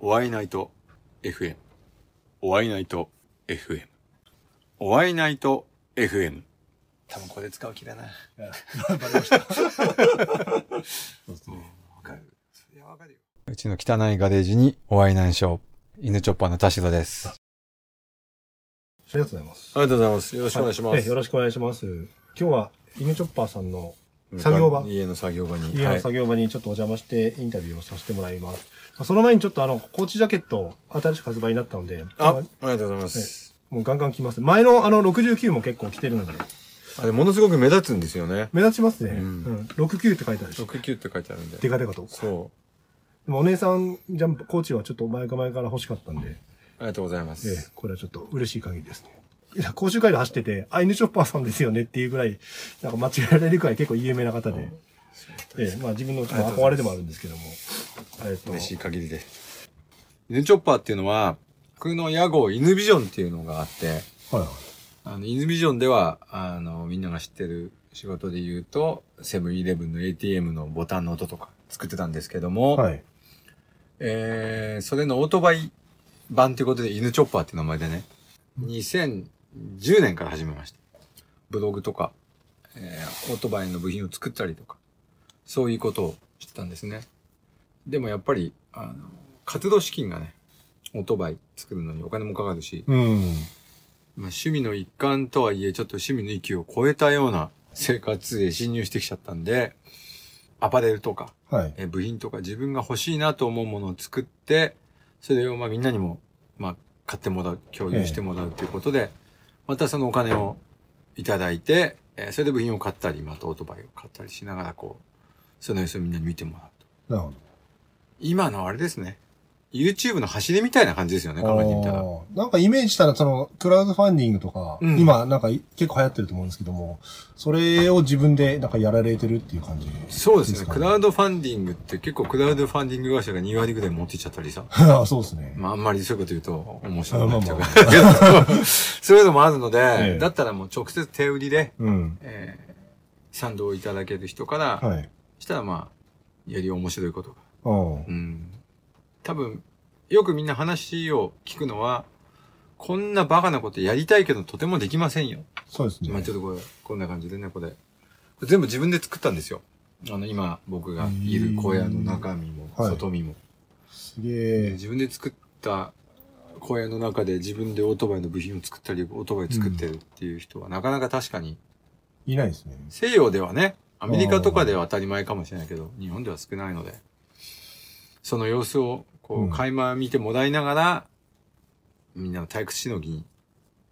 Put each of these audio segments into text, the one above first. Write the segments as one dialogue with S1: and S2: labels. S1: お会いナイト FM。お会いナイト FM。お会いナイト FM。多分これ使う 気だな。
S2: バレました。
S1: そうですね。わかる。
S2: いや、わかるよ。
S1: うちの汚いガレージにお会いナイショー。犬チョッパーの田代です。あ
S2: ありがとうございます。
S1: りがとうございます。よろしくお願いしま
S2: はえ
S1: す。
S2: よろしくお願いします。今日は、イメチョッパーさんの作業場
S1: 家の作業場に。
S2: 家の作業場にちょっとお邪魔してインタビューをさせてもらいます。まあその前にちょっとあの、コーチジャケット、新しく発売になったので、
S1: はいあ、あ
S2: ま
S1: りがとうございます。
S2: もうガンガン来ます。前のあの、69も結構来てるので、
S1: あれ、ものすごく目立つんですよね。
S2: 目立ちますね。
S1: う
S2: うんん。69って書いてあるでしょ。
S1: 69って書いてあるん
S2: で
S1: で。
S2: かでかと。
S1: そ
S2: でもお姉さん、ジャンプ、コーチはちょっと前か前から欲しかったんで、
S1: う。ありがとうございま
S2: ええ
S1: す。
S2: これはちょっと嬉しい限りですね。いや、講習会で走ってて、アイヌチョッパーさんですよねっていうぐらい、なんか間違えられるくらい結構有名な方で、ええまあ自分のまあ憧れでもあるんですけども、えっと、
S1: 嬉しい限りで。犬チョッパーっていうのは、僕の屋号犬ビジョンっていうのがあって、
S2: はいはい。
S1: あの、犬ビジョンでは、あの、みんなが知ってる仕事で言うと、セブンイレブンの ATM のボタンの音とか作ってたんですけども、
S2: はい。
S1: えー、それのオートバイ版ということで、犬チョッパーっていう名前でね、2010年から始めました。ブログとか、えー、オートバイの部品を作ったりとか、そういうことをしてたんですね。でもやっぱり、あの、活動資金がね、オートバイ作るのにお金もかかるし、
S2: うん。
S1: まあ、趣味の一環とはいえ、ちょっと趣味の域を超えたような生活へ侵入してきちゃったんで、アパレルとか、
S2: はい。
S1: えー部品とか自分が欲しいなと思うものを作って、それをまあみんなにも、まあ、買ってもらう、共有してもらうということで、またそのお金をいただいて、えーそれで部品を買ったり、またオートバイを買ったりしながら、こう、その様子をみんなに見てもらうと。
S2: なるほど。
S1: 今のあれですね。YouTube の走りみたいな感じですよね、考えてみた
S2: あ
S1: ら。
S2: ーなんかイメージしたら、その、クラウドファンディングとか、
S1: うん
S2: 今なんかい結構流行ってると思うんですけども、それを自分でなんかやられてるっていう感じ
S1: そうですね。
S2: か
S1: クラウドファンディングって結構クラウドファンディング会社が2割ぐらい持ってっちゃったりさ。
S2: あそうですね。
S1: まあ、あんまりそういうこと言うと面白く
S2: あ
S1: な
S2: まあ
S1: っちゃう
S2: ま
S1: から。 そういうのもあるので、
S2: え
S1: だったらもう直接手売りで、
S2: うん。
S1: えー賛同いただける人から、
S2: はい。
S1: したらまあ、より面白いことが。
S2: うん。
S1: うん。多分、よくみんな話を聞くのは、こんなバカなことやりたいけどとてもできませんよ。
S2: そうですね。
S1: まあちょっとこれ、こんな感じでね、これ。これ全部自分で作ったんですよ。あの、今僕がいる小屋の中身も、
S2: はい
S1: 外身も。
S2: すげえ。
S1: 自分で作った小屋の中で自分でオートバイの部品を作ったり、オートバイ作ってるっていう人は、なかなか確かに、
S2: いないですね。
S1: 西洋ではね、アメリカとかでは当たり前かもしれないけど、日本では少ないので、その様子を、こ
S2: うん
S1: う、垣間見てもらいながら、みんなの退屈しのぎに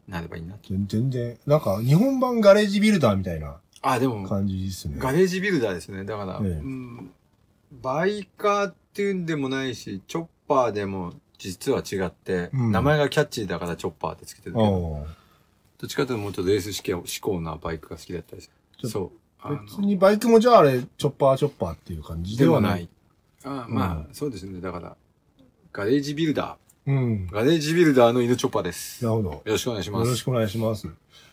S1: なればいいなと。
S2: 全全然、なんか日本版ガレージビルダーみたいな
S1: あ、でも、
S2: 感じですね。
S1: ガレージビルダーですね。だから、
S2: ええ
S1: うん、バイカーっていうんでもないし、チョッパーでも実は違って、
S2: うん
S1: 名前がキャッチーだからチョッパーってつけてるけど、
S2: うん
S1: どっちかというともうちょっとレース思考志向なバイクが好きだったりす
S2: ちょ
S1: る。
S2: っと
S1: そう。あの
S2: 別にバイクもじゃああれ、チョッパーチョッパーっていう感じ
S1: で
S2: で
S1: は
S2: は
S1: な
S2: ない。
S1: い。あまあ、そうですね。だから、ガレージビルダ
S2: うん。
S1: ー。ガレージビルダーの犬チョッパーです。
S2: なる
S1: よ
S2: ほど。
S1: ろしくお願いしま
S2: よろし
S1: す。
S2: くお願いします。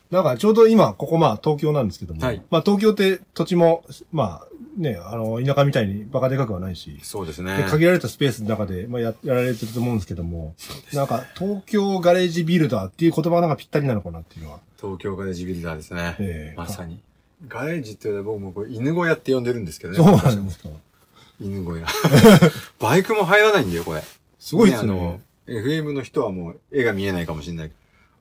S2: なんかちょうど今、ここまあ東京なんですけども、
S1: はい
S2: まあ東京って土地も、まあね、あの、田舎みたいにバカでかくはないし、
S1: そうです
S2: で
S1: ね。
S2: 限られたスペースの中で、まあややられてると思うんですけども、なんか東京ガレージビルダーっていう言葉がなんかぴったりなのかなっていうのは、
S1: 東京ガレージビルダーですね。
S2: ええ
S1: まさに。ガレージって言うと僕もこれ犬小屋って呼んでるんですけどね。
S2: そうなんですか。
S1: 犬小屋。 バイクも入らないんだよ、これ。
S2: すごいです
S1: あ
S2: ね。
S1: の、FM の人はもう絵が見えないかもしれないけ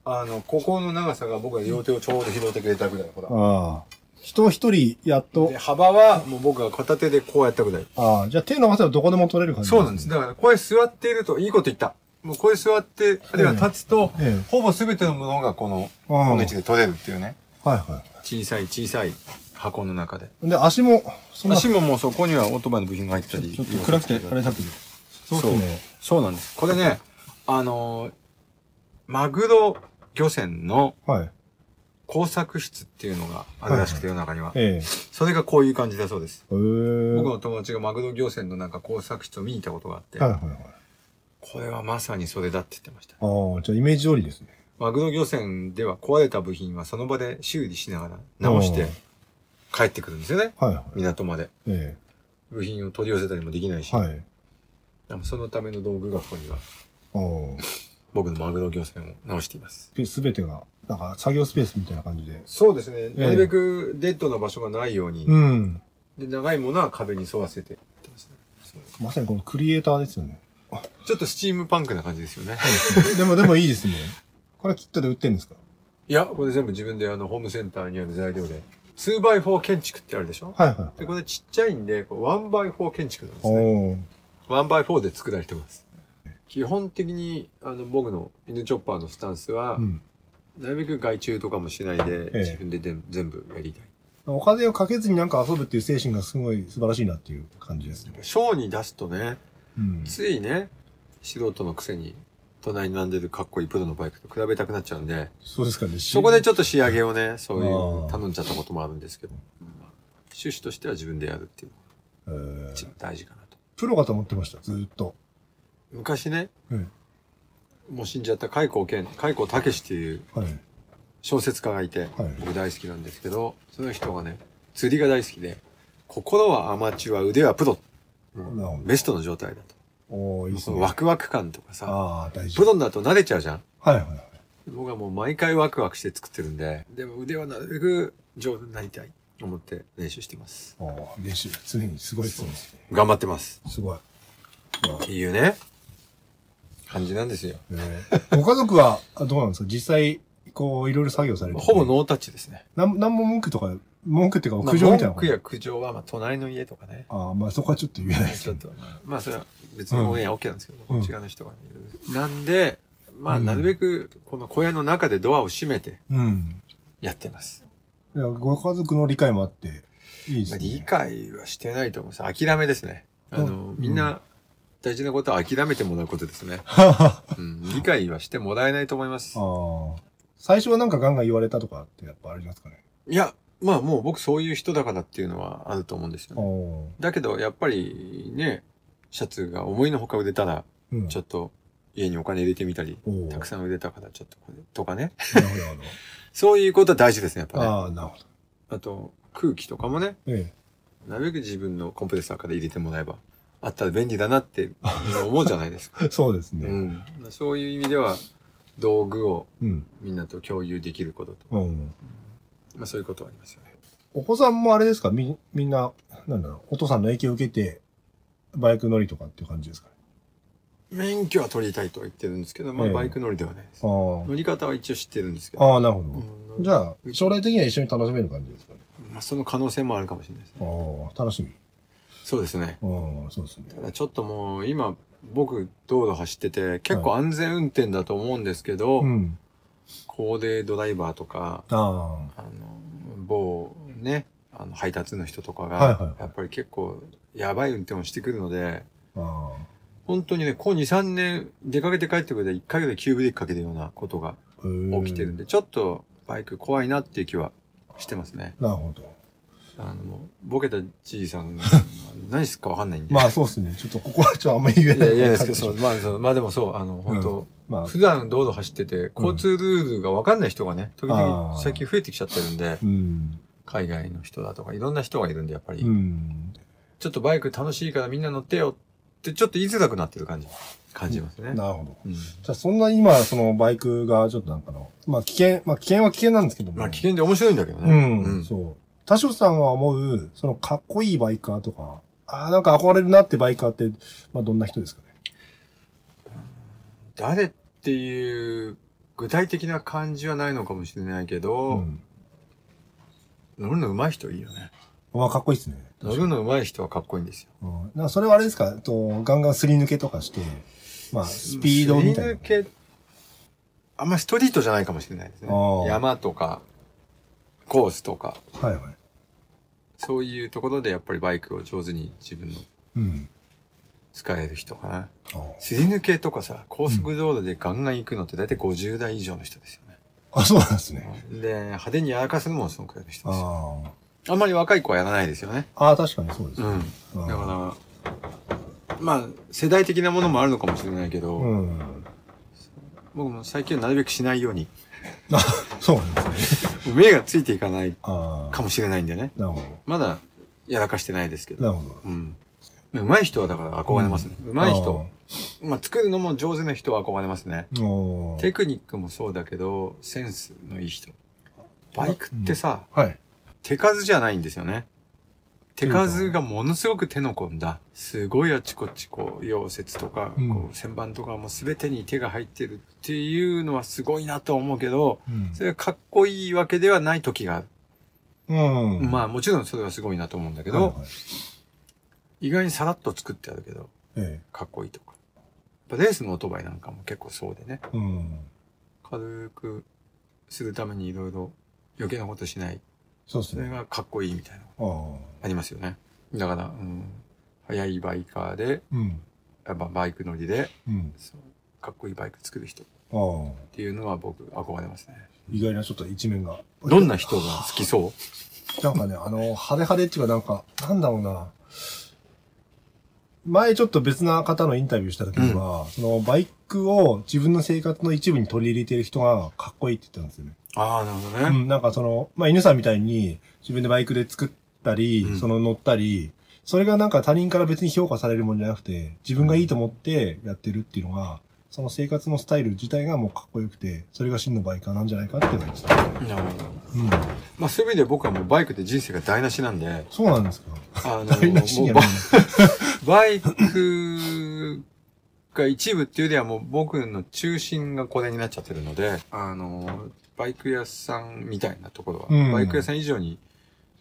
S1: ど。あの、ここの長さが僕が両手をちょうど拾ってくれたぐらい、ほら。
S2: ああ。人一人やっと
S1: で、幅はもう僕が片手でこうやったぐらい。
S2: ああ、じゃあ手伸ばせばどこでも取れる感じ、
S1: そうなんです。。だから、これ座っていると、いいこと言った。もうこれ座って、あるいは立つと、
S2: ええ。
S1: ほぼ全てのものがこの、
S2: ああ
S1: この位
S2: はい
S1: 置で取れるっていうね。
S2: は
S1: 小さい小さい箱の中で。
S2: い。で、足も、そんな、
S1: 足
S2: ちょ
S1: ももうそこにはオートバイの部品が入ったり。
S2: っと暗くて、あれだけど。そうですね。
S1: そうなんです。これね、あのーマグロ漁船の
S2: はい。
S1: 工作室っていうのがあるらしくて、世の中には。
S2: ええ。
S1: それがこういう感じだそうです。
S2: ええ。
S1: 僕
S2: は
S1: の友達がマグロ漁船のなんか工作室を見に行ったことがあって
S2: い、はいはい。
S1: これはまさにそれだって言ってました。
S2: ああ、じゃあイメージ通りですね。
S1: マグロ漁船では壊れた部品はその場で修理しながら直して帰ってくるんですよね。
S2: はいはい。
S1: 港まで。
S2: え
S1: 部品を取り寄せたりもできないし。
S2: え。はい。
S1: でもそのための道具がここには、
S2: おー
S1: 僕のマグロ漁船を直しています。
S2: で全てが、なんか作業スペースみたいな感じで。
S1: そうですね。
S2: え
S1: なるべくデッドな場所がないように、
S2: うん。
S1: で長いものは壁に沿わせてやってますねそう
S2: まさにこのクリエイターですよね。
S1: ちょっとスチームパンクな感じですよね。
S2: でも、でもいいですね。これキットで売ってるんですか
S1: いや、これ全部自分であの、ホームセンターにある材料で、2x4 建築ってあるでしょ
S2: はいはい
S1: で、。これちっちゃいんで、こう 1x4 建築なんですね。
S2: おー
S1: 1x4 で作られてます。基本的に、あの、僕の犬チョッパーのスタンスは、
S2: うん。
S1: なるべく外注とかもしないで、
S2: ええ
S1: 自分でで全部やりたい。
S2: お金をかけずになんか遊ぶっていう精神がすごい素晴らしいなっていう感じですね。
S1: ショーに出すとね、
S2: うん。
S1: ついね、素人のくせに、隣に並んでるかっこいいプロのバイクと比べたくなっちゃうんで、
S2: そうですかね。
S1: そこでちょっと仕上げをね、そう
S2: あ
S1: いう
S2: ー
S1: 頼んじゃったこともあるんですけど、趣旨としては自分でやるっていうのが
S2: えー
S1: 一番大事かなと。
S2: プロかと思ってました、ずーっと。
S1: 昔ね、
S2: うん
S1: もう死んじゃった開口健、開口武っていう
S2: はい。
S1: 小説家がいて、
S2: はい
S1: 僕大好きなんですけど、その人がね、釣りが大好きで、心はアマチュア、腕はプロ。
S2: なるほど
S1: ベストの状態だと。
S2: おー、いいです
S1: その
S2: ね
S1: ワ。クワク感とかさ、
S2: ああ、大
S1: プ
S2: 事。
S1: ロになると慣れちゃうじゃん。
S2: はいはいはい。
S1: 僕はもう毎回ワクワクして作ってるんで、でも腕はなるべく上手になりたいと思って練習してます。
S2: おー練習、常にすごいですね。
S1: 頑張ってます。
S2: すごい。
S1: っていうね、感じなんですよ。
S2: えーご家族はあどうなんですか実際、こう、いろいろ作業されてて。
S1: ほぼノータッチですね。
S2: なん、なんも文句とか、文句っていう
S1: ま
S2: か、
S1: あ
S2: 苦情みたいな
S1: 文句や苦情は、まあ、隣の家とかね。
S2: ああ、まあそこはちょっと言えないです
S1: ちょ
S2: け
S1: っ
S2: ど。
S1: と、まあ、それは別にオンエア OK なんですけど、
S2: う
S1: こ
S2: ん
S1: っち側の人がいる。なんで、まあ、
S2: うん
S1: なるべく、この小屋の中でドアを閉めて
S2: うん。
S1: やってます。
S2: いやご家族の理解もあって、いいです
S1: まあ
S2: ね。
S1: 理解はしてないと思うんです。諦めですね。あの
S2: う、ん
S1: みんな、大事なことは諦めてもらうことです ね。
S2: あ
S1: うん、理解はしてもらえないと思います。
S2: あ。最初はなんかガンガン言われたとかってやっぱありますかね。
S1: いや、まあもう僕そういう人だからっていうのはあると思うんですよ
S2: ああ
S1: ね。。だけど、やっぱりね、シャツが思いのほか売れたら、
S2: うん。
S1: ちょっと家にお金入れてみたり、
S2: おお
S1: たくさん売れたからちょっとこれとかね。
S2: なるほどなるほ
S1: そういうことは大事ですね、やっぱ
S2: ど。
S1: ね。あ
S2: ああ、なるほど。
S1: と、空気とかもね、
S2: え
S1: なるべく自分のコンプレッサーから入れてもらえば、あったら便利だなって思うじゃないですか。
S2: え。 そうです
S1: う
S2: ね。
S1: ん、そういう意味では、道具を
S2: うん。
S1: みんなと共有できることと、
S2: うん。
S1: まあそういうことはありますよね。
S2: お子さんもあれですかみ、みんな、なんだろう、お父さんの影響を受けて、バイク乗りとかっていう感じですかね。
S1: 免許は取りたいとは言ってるんですけど、ま
S2: え
S1: あ
S2: え
S1: バイク乗りではないです。乗
S2: あ
S1: り方は一応知ってるんですけ
S2: あ。
S1: ど。
S2: ああ、なるほど。
S1: うん
S2: じゃあ、将来的には一緒に楽しめる感じですかね。
S1: まあその可能性もあるかもしれないですね。
S2: ああ、楽しみ。
S1: そうですね。
S2: ああ、そうですね。
S1: ただちょっともう今、僕、道路走ってて、結構安全運転だと思うんですけど、
S2: うん。
S1: 高齢ドライバーとか、
S2: ああ。
S1: あの、某ね、あの配達の人とかが、
S2: はいはいはい
S1: やっぱり結構やばい運転をしてくるので、
S2: あ
S1: 本当にね、こう2、3年出かけて帰ってくるで1ヶ月で急ブレーキかけるようなことが
S2: あ。
S1: 起きてるんで、ちょっとバイク怖いなっていう気はしてますね。
S2: なるほど。
S1: あの、もうボケたじいさん、何すっかわかんないんで。
S2: まあそうですね。ちょっとここはちょっとあんまり言え
S1: い
S2: な
S1: や
S2: い。
S1: いやですけど、そう、まあ、そうまあでもそう、あの、本当、
S2: まあ、
S1: 普段道路走ってて、交通ルールがわかんない人がね、時
S2: あ
S1: 々
S2: ー
S1: 最近増えてきちゃってるんで
S2: う、ん。
S1: 海外の人だとか、いろんな人がいるんで、やっぱり、
S2: うん。
S1: ちょっとバイク楽しいからみんな乗ってよって、ちょっと言いづらくなってる感じ、感じますね。
S2: なるほど。
S1: うん
S2: じゃあそんな今、そのバイクがちょっとなんかの、まあ危険、まあ危険は危険なんですけども。
S1: まあ、危険で面白いんだけどね。
S2: うん、
S1: うん
S2: そう。田代さんが思う、そのかっこいいバイカーとか、ああ、なんか憧れるなってバイカーって、まあどんな人ですかね。
S1: 誰っていう、具体的な感じはないのかもしれないけ
S2: う
S1: ど、
S2: ん。
S1: 乗るの上手い人いいよね。
S2: まあかっこいいですね。
S1: 乗るの上手い人はかっこいいんですよ。
S2: うん。なんかそれはあれですか、えっと、ガンガンすり抜けとかして、まあスピードみたいな。
S1: すり抜けあんまストリートじゃないかもしれないですね
S2: あー。
S1: 山とか、コースとか、
S2: はいはい。
S1: そういうところでやっぱりバイクを上手に自分の
S2: うん。
S1: 使える人かな。
S2: あ
S1: すり抜けとかさ、高速道路でガンガン行くのって大体50代以上の人ですよね。
S2: あ、そうなんですね。
S1: で、派手にやらかすのもそのくらいの人ですよ。
S2: あ
S1: あんまり若い子はやらないですよね。
S2: あ。ああ、確かにそうです
S1: う
S2: ね。
S1: ん。
S2: うん
S1: だから、まあ、世代的なものもあるのかもしれないけど、
S2: うん。
S1: 僕も最近はなるべくしないように、
S2: あ、そうなんですね。
S1: 目がついていかない
S2: あ
S1: かもしれないんでね。
S2: あ。なるほ
S1: まだやらかしてないですけ
S2: ど。
S1: ど。
S2: なるほど。
S1: うん。上手い人はだから憧れますね。上手い人。まあ、作るのも上手な人は憧れますね。
S2: あー。おー
S1: テクニックもそうだけど、センスのいい人。バイクってさ、
S2: はい。
S1: 手数じゃないんですよね。手数がものすごく手の込んだ。すごいあちこちこう、溶接とか、
S2: うん
S1: こう、旋盤とかも全てに手が入ってるっていうのはすごいなと思うけど、
S2: うん
S1: それがかっこいいわけではない時がある。
S2: うん。
S1: ま
S2: あ、
S1: あもちろんそれはすごいなと思うんだけ
S2: け
S1: ど、意外にさらっと作ってあるけど、
S2: え
S1: かっこいいとか。やっぱレースのオートバイなんかも結構そうでね。
S2: え。うん。
S1: 軽くするためにいろいろ余計なことしない。
S2: そうです
S1: それ
S2: ね。
S1: がかっこいいみたいな。
S2: ああ。
S1: ありますよね。だから、うん、速いバイカーで、
S2: うん。
S1: やっぱバイク乗りで、
S2: うん。
S1: そうかっこいいバイク作る人っ
S2: ああ。
S1: ていうのは僕憧れますね。
S2: 意外なちょっと一面が。
S1: どんな人が好きそ
S2: なんかね、あの、派手派手っていうかなんか、なんだろうな。前ちょっと別な方のインタビューした時には、そのバイクを自分の生活の一部に取り入れてる人がかっこいいって言ってたんですよね。
S1: うああ、なるほど
S2: う。ん、なんかその、まあ、犬さんみたいに自分でバイクで作ったり、
S1: うん
S2: その乗ったり、それがなんか他人から別に評価されるもんじゃなくて、自分がいいと思ってやってるっていうのが、その生活のスタイル自体がもうかっこよくて、それが真のバイカーなんじゃないかっていうのが
S1: なるほど。
S2: うん。
S1: まあそういう意味で僕はもうバイクで人生が台無しなんで、
S2: そうなんですか。
S1: あの、
S2: 台無し
S1: も
S2: に
S1: う
S2: は
S1: バ
S2: ならない
S1: バイクが一部っていうよりはもう僕の中心がこれになっちゃってるので、あの、バイク屋さんみたいなところは、
S2: うん
S1: バイク屋さん以上に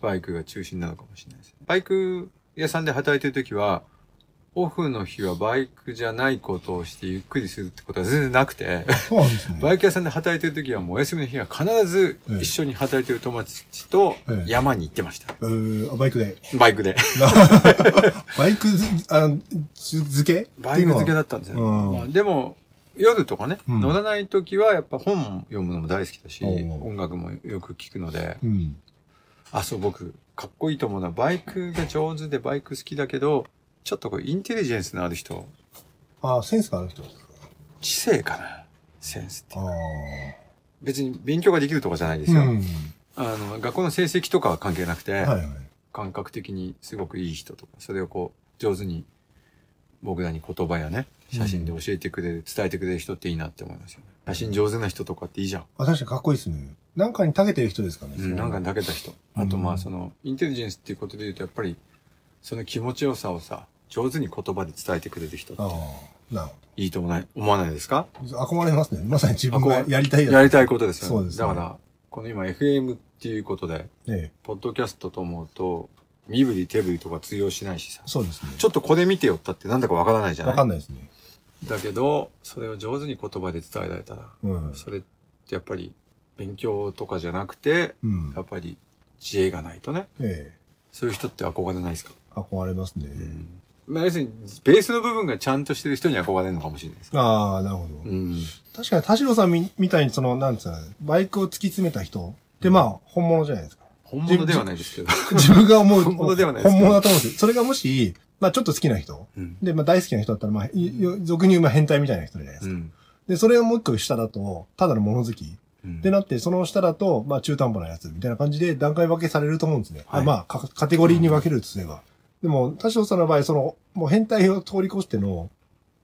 S1: バイクが中心なのかもしれないですね。バイク屋さんで働いてるときは、オフの日はバイクじゃないことをしてゆっくりするってことは全然なくて、
S2: そうなんですね。
S1: バイク屋さんで働いてるときはもうお休みの日は必ず一緒に働いてる友達と
S2: ええ
S1: 山に行ってました。
S2: えー、あバイクで。
S1: バイクで。
S2: バイクず、あの、ず、漬けって
S1: バ
S2: い
S1: イ
S2: う
S1: ク
S2: のは
S1: 付けだったんですよ。
S2: うん
S1: まあ、でも、夜とかね、
S2: うん
S1: 乗らない時はやっぱ本読むのも大好きだし、
S2: おうおう
S1: 音楽もよく聞くので、
S2: うん。
S1: あ、そう、僕、かっこいいと思うのはバイクが上手でバイク好きだけど、ちょっとこう、インテリジェンスのある人、
S2: あ、センスがある人ですか。
S1: 知性かな、センスって。
S2: あ
S1: 別に勉強ができるとかじゃないです
S2: あ。
S1: よ。
S2: うん。
S1: あの、学校の成績とかは関係なくて、
S2: はいはい。
S1: 感覚的にすごくいい人とか、それをこう、上手に僕らに言葉やね、写真で教えてくれる、伝えてくれる人っていいなって思いますよね。写真上手な人とかっていいじゃん。
S2: あ、確かにかっこいいですね。なんかに長けてる人ですかね。
S1: うん、なんか、泣けた人。あとまあその、インテリジェンスっていうことで言うと、やっぱり、その気持ちよさをさ、上手に言葉で伝えてくれる人って
S2: ああ。なるほど。
S1: いいと思わない、思わないですか
S2: 憧れますね。まさに自分がやりたい
S1: やり
S2: い。
S1: たいことですよね。
S2: そうですね
S1: だから、この今 FM っていうことで、
S2: ええ。
S1: ポッドキャストと思うと、身振り手振りとか通用しないしさ、
S2: そうですね。
S1: ちょっとこれ見てよったってなんだかわからないじゃない
S2: わかんないですね。
S1: だけど、それを上手に言葉で伝えられたら、
S2: うん。
S1: それってやっぱり勉強とかじゃなくて、
S2: うん
S1: や。っぱり知恵がないとね、
S2: ええ。
S1: そういう人って憧れないですか、
S2: 憧れますね。
S1: まあ要するに、ベースの部分がちゃんとしてる人に憧れるのかもしれないです。
S2: ああ、なるほど。
S1: うん。
S2: 確かに田代さんみみたいにその、なんつうの、バイクを突き詰めた人ってまあ、本物じゃないですか。
S1: 本物ではないですけど。
S2: 自分が思う。
S1: 本物ではないです
S2: 本物だと思うんですよそれがもし、まあちょっと好きな人。
S1: うん。
S2: で、まあ大好きな人だったら、まあ、いよ俗に言うまあ変態みたいな人じゃないです
S1: う
S2: か。
S1: ん。
S2: で、それをもう一個下だと、ただの物好き。
S1: うん
S2: でなって、その下だと、まあ中途半端なやつみたいな感じで段階分けされると思うんですね。
S1: はい
S2: あまあかカテゴリーに分けるとすれば。でも、田代さんの場合、その、もう変態を通り越しての、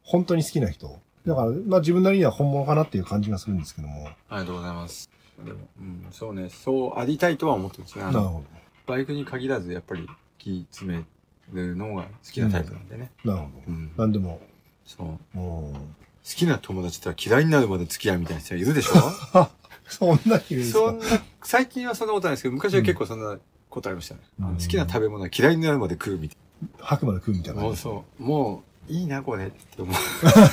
S2: 本当に好きな人。だから、まあ自分なりには本物かなっていう感じがするんですけども。
S1: ありがとうございます。でも、うん、そうね、そうありたいとは思ってますね。あ
S2: なる
S1: の
S2: ほ
S1: バイクに限らず、やっぱり、気詰めるのが好きなタイプなんでね。
S2: ど。なるほ
S1: う
S2: ど。
S1: ん。
S2: なんでも、
S1: そう。
S2: も
S1: 好きな友達とは嫌いになるまで付き合うみたいな人いるでしょ
S2: う、そんな にいるんです
S1: そ
S2: か
S1: んな、最近はそんなことないですけど、昔は結構そんなことありましたね。
S2: うん
S1: あの好きな食べ物は嫌いになるまで食うみたい
S2: 白馬の空みたい
S1: な。
S2: な
S1: も
S2: 感
S1: う
S2: じ。
S1: そう。もう、いいな、これって思う。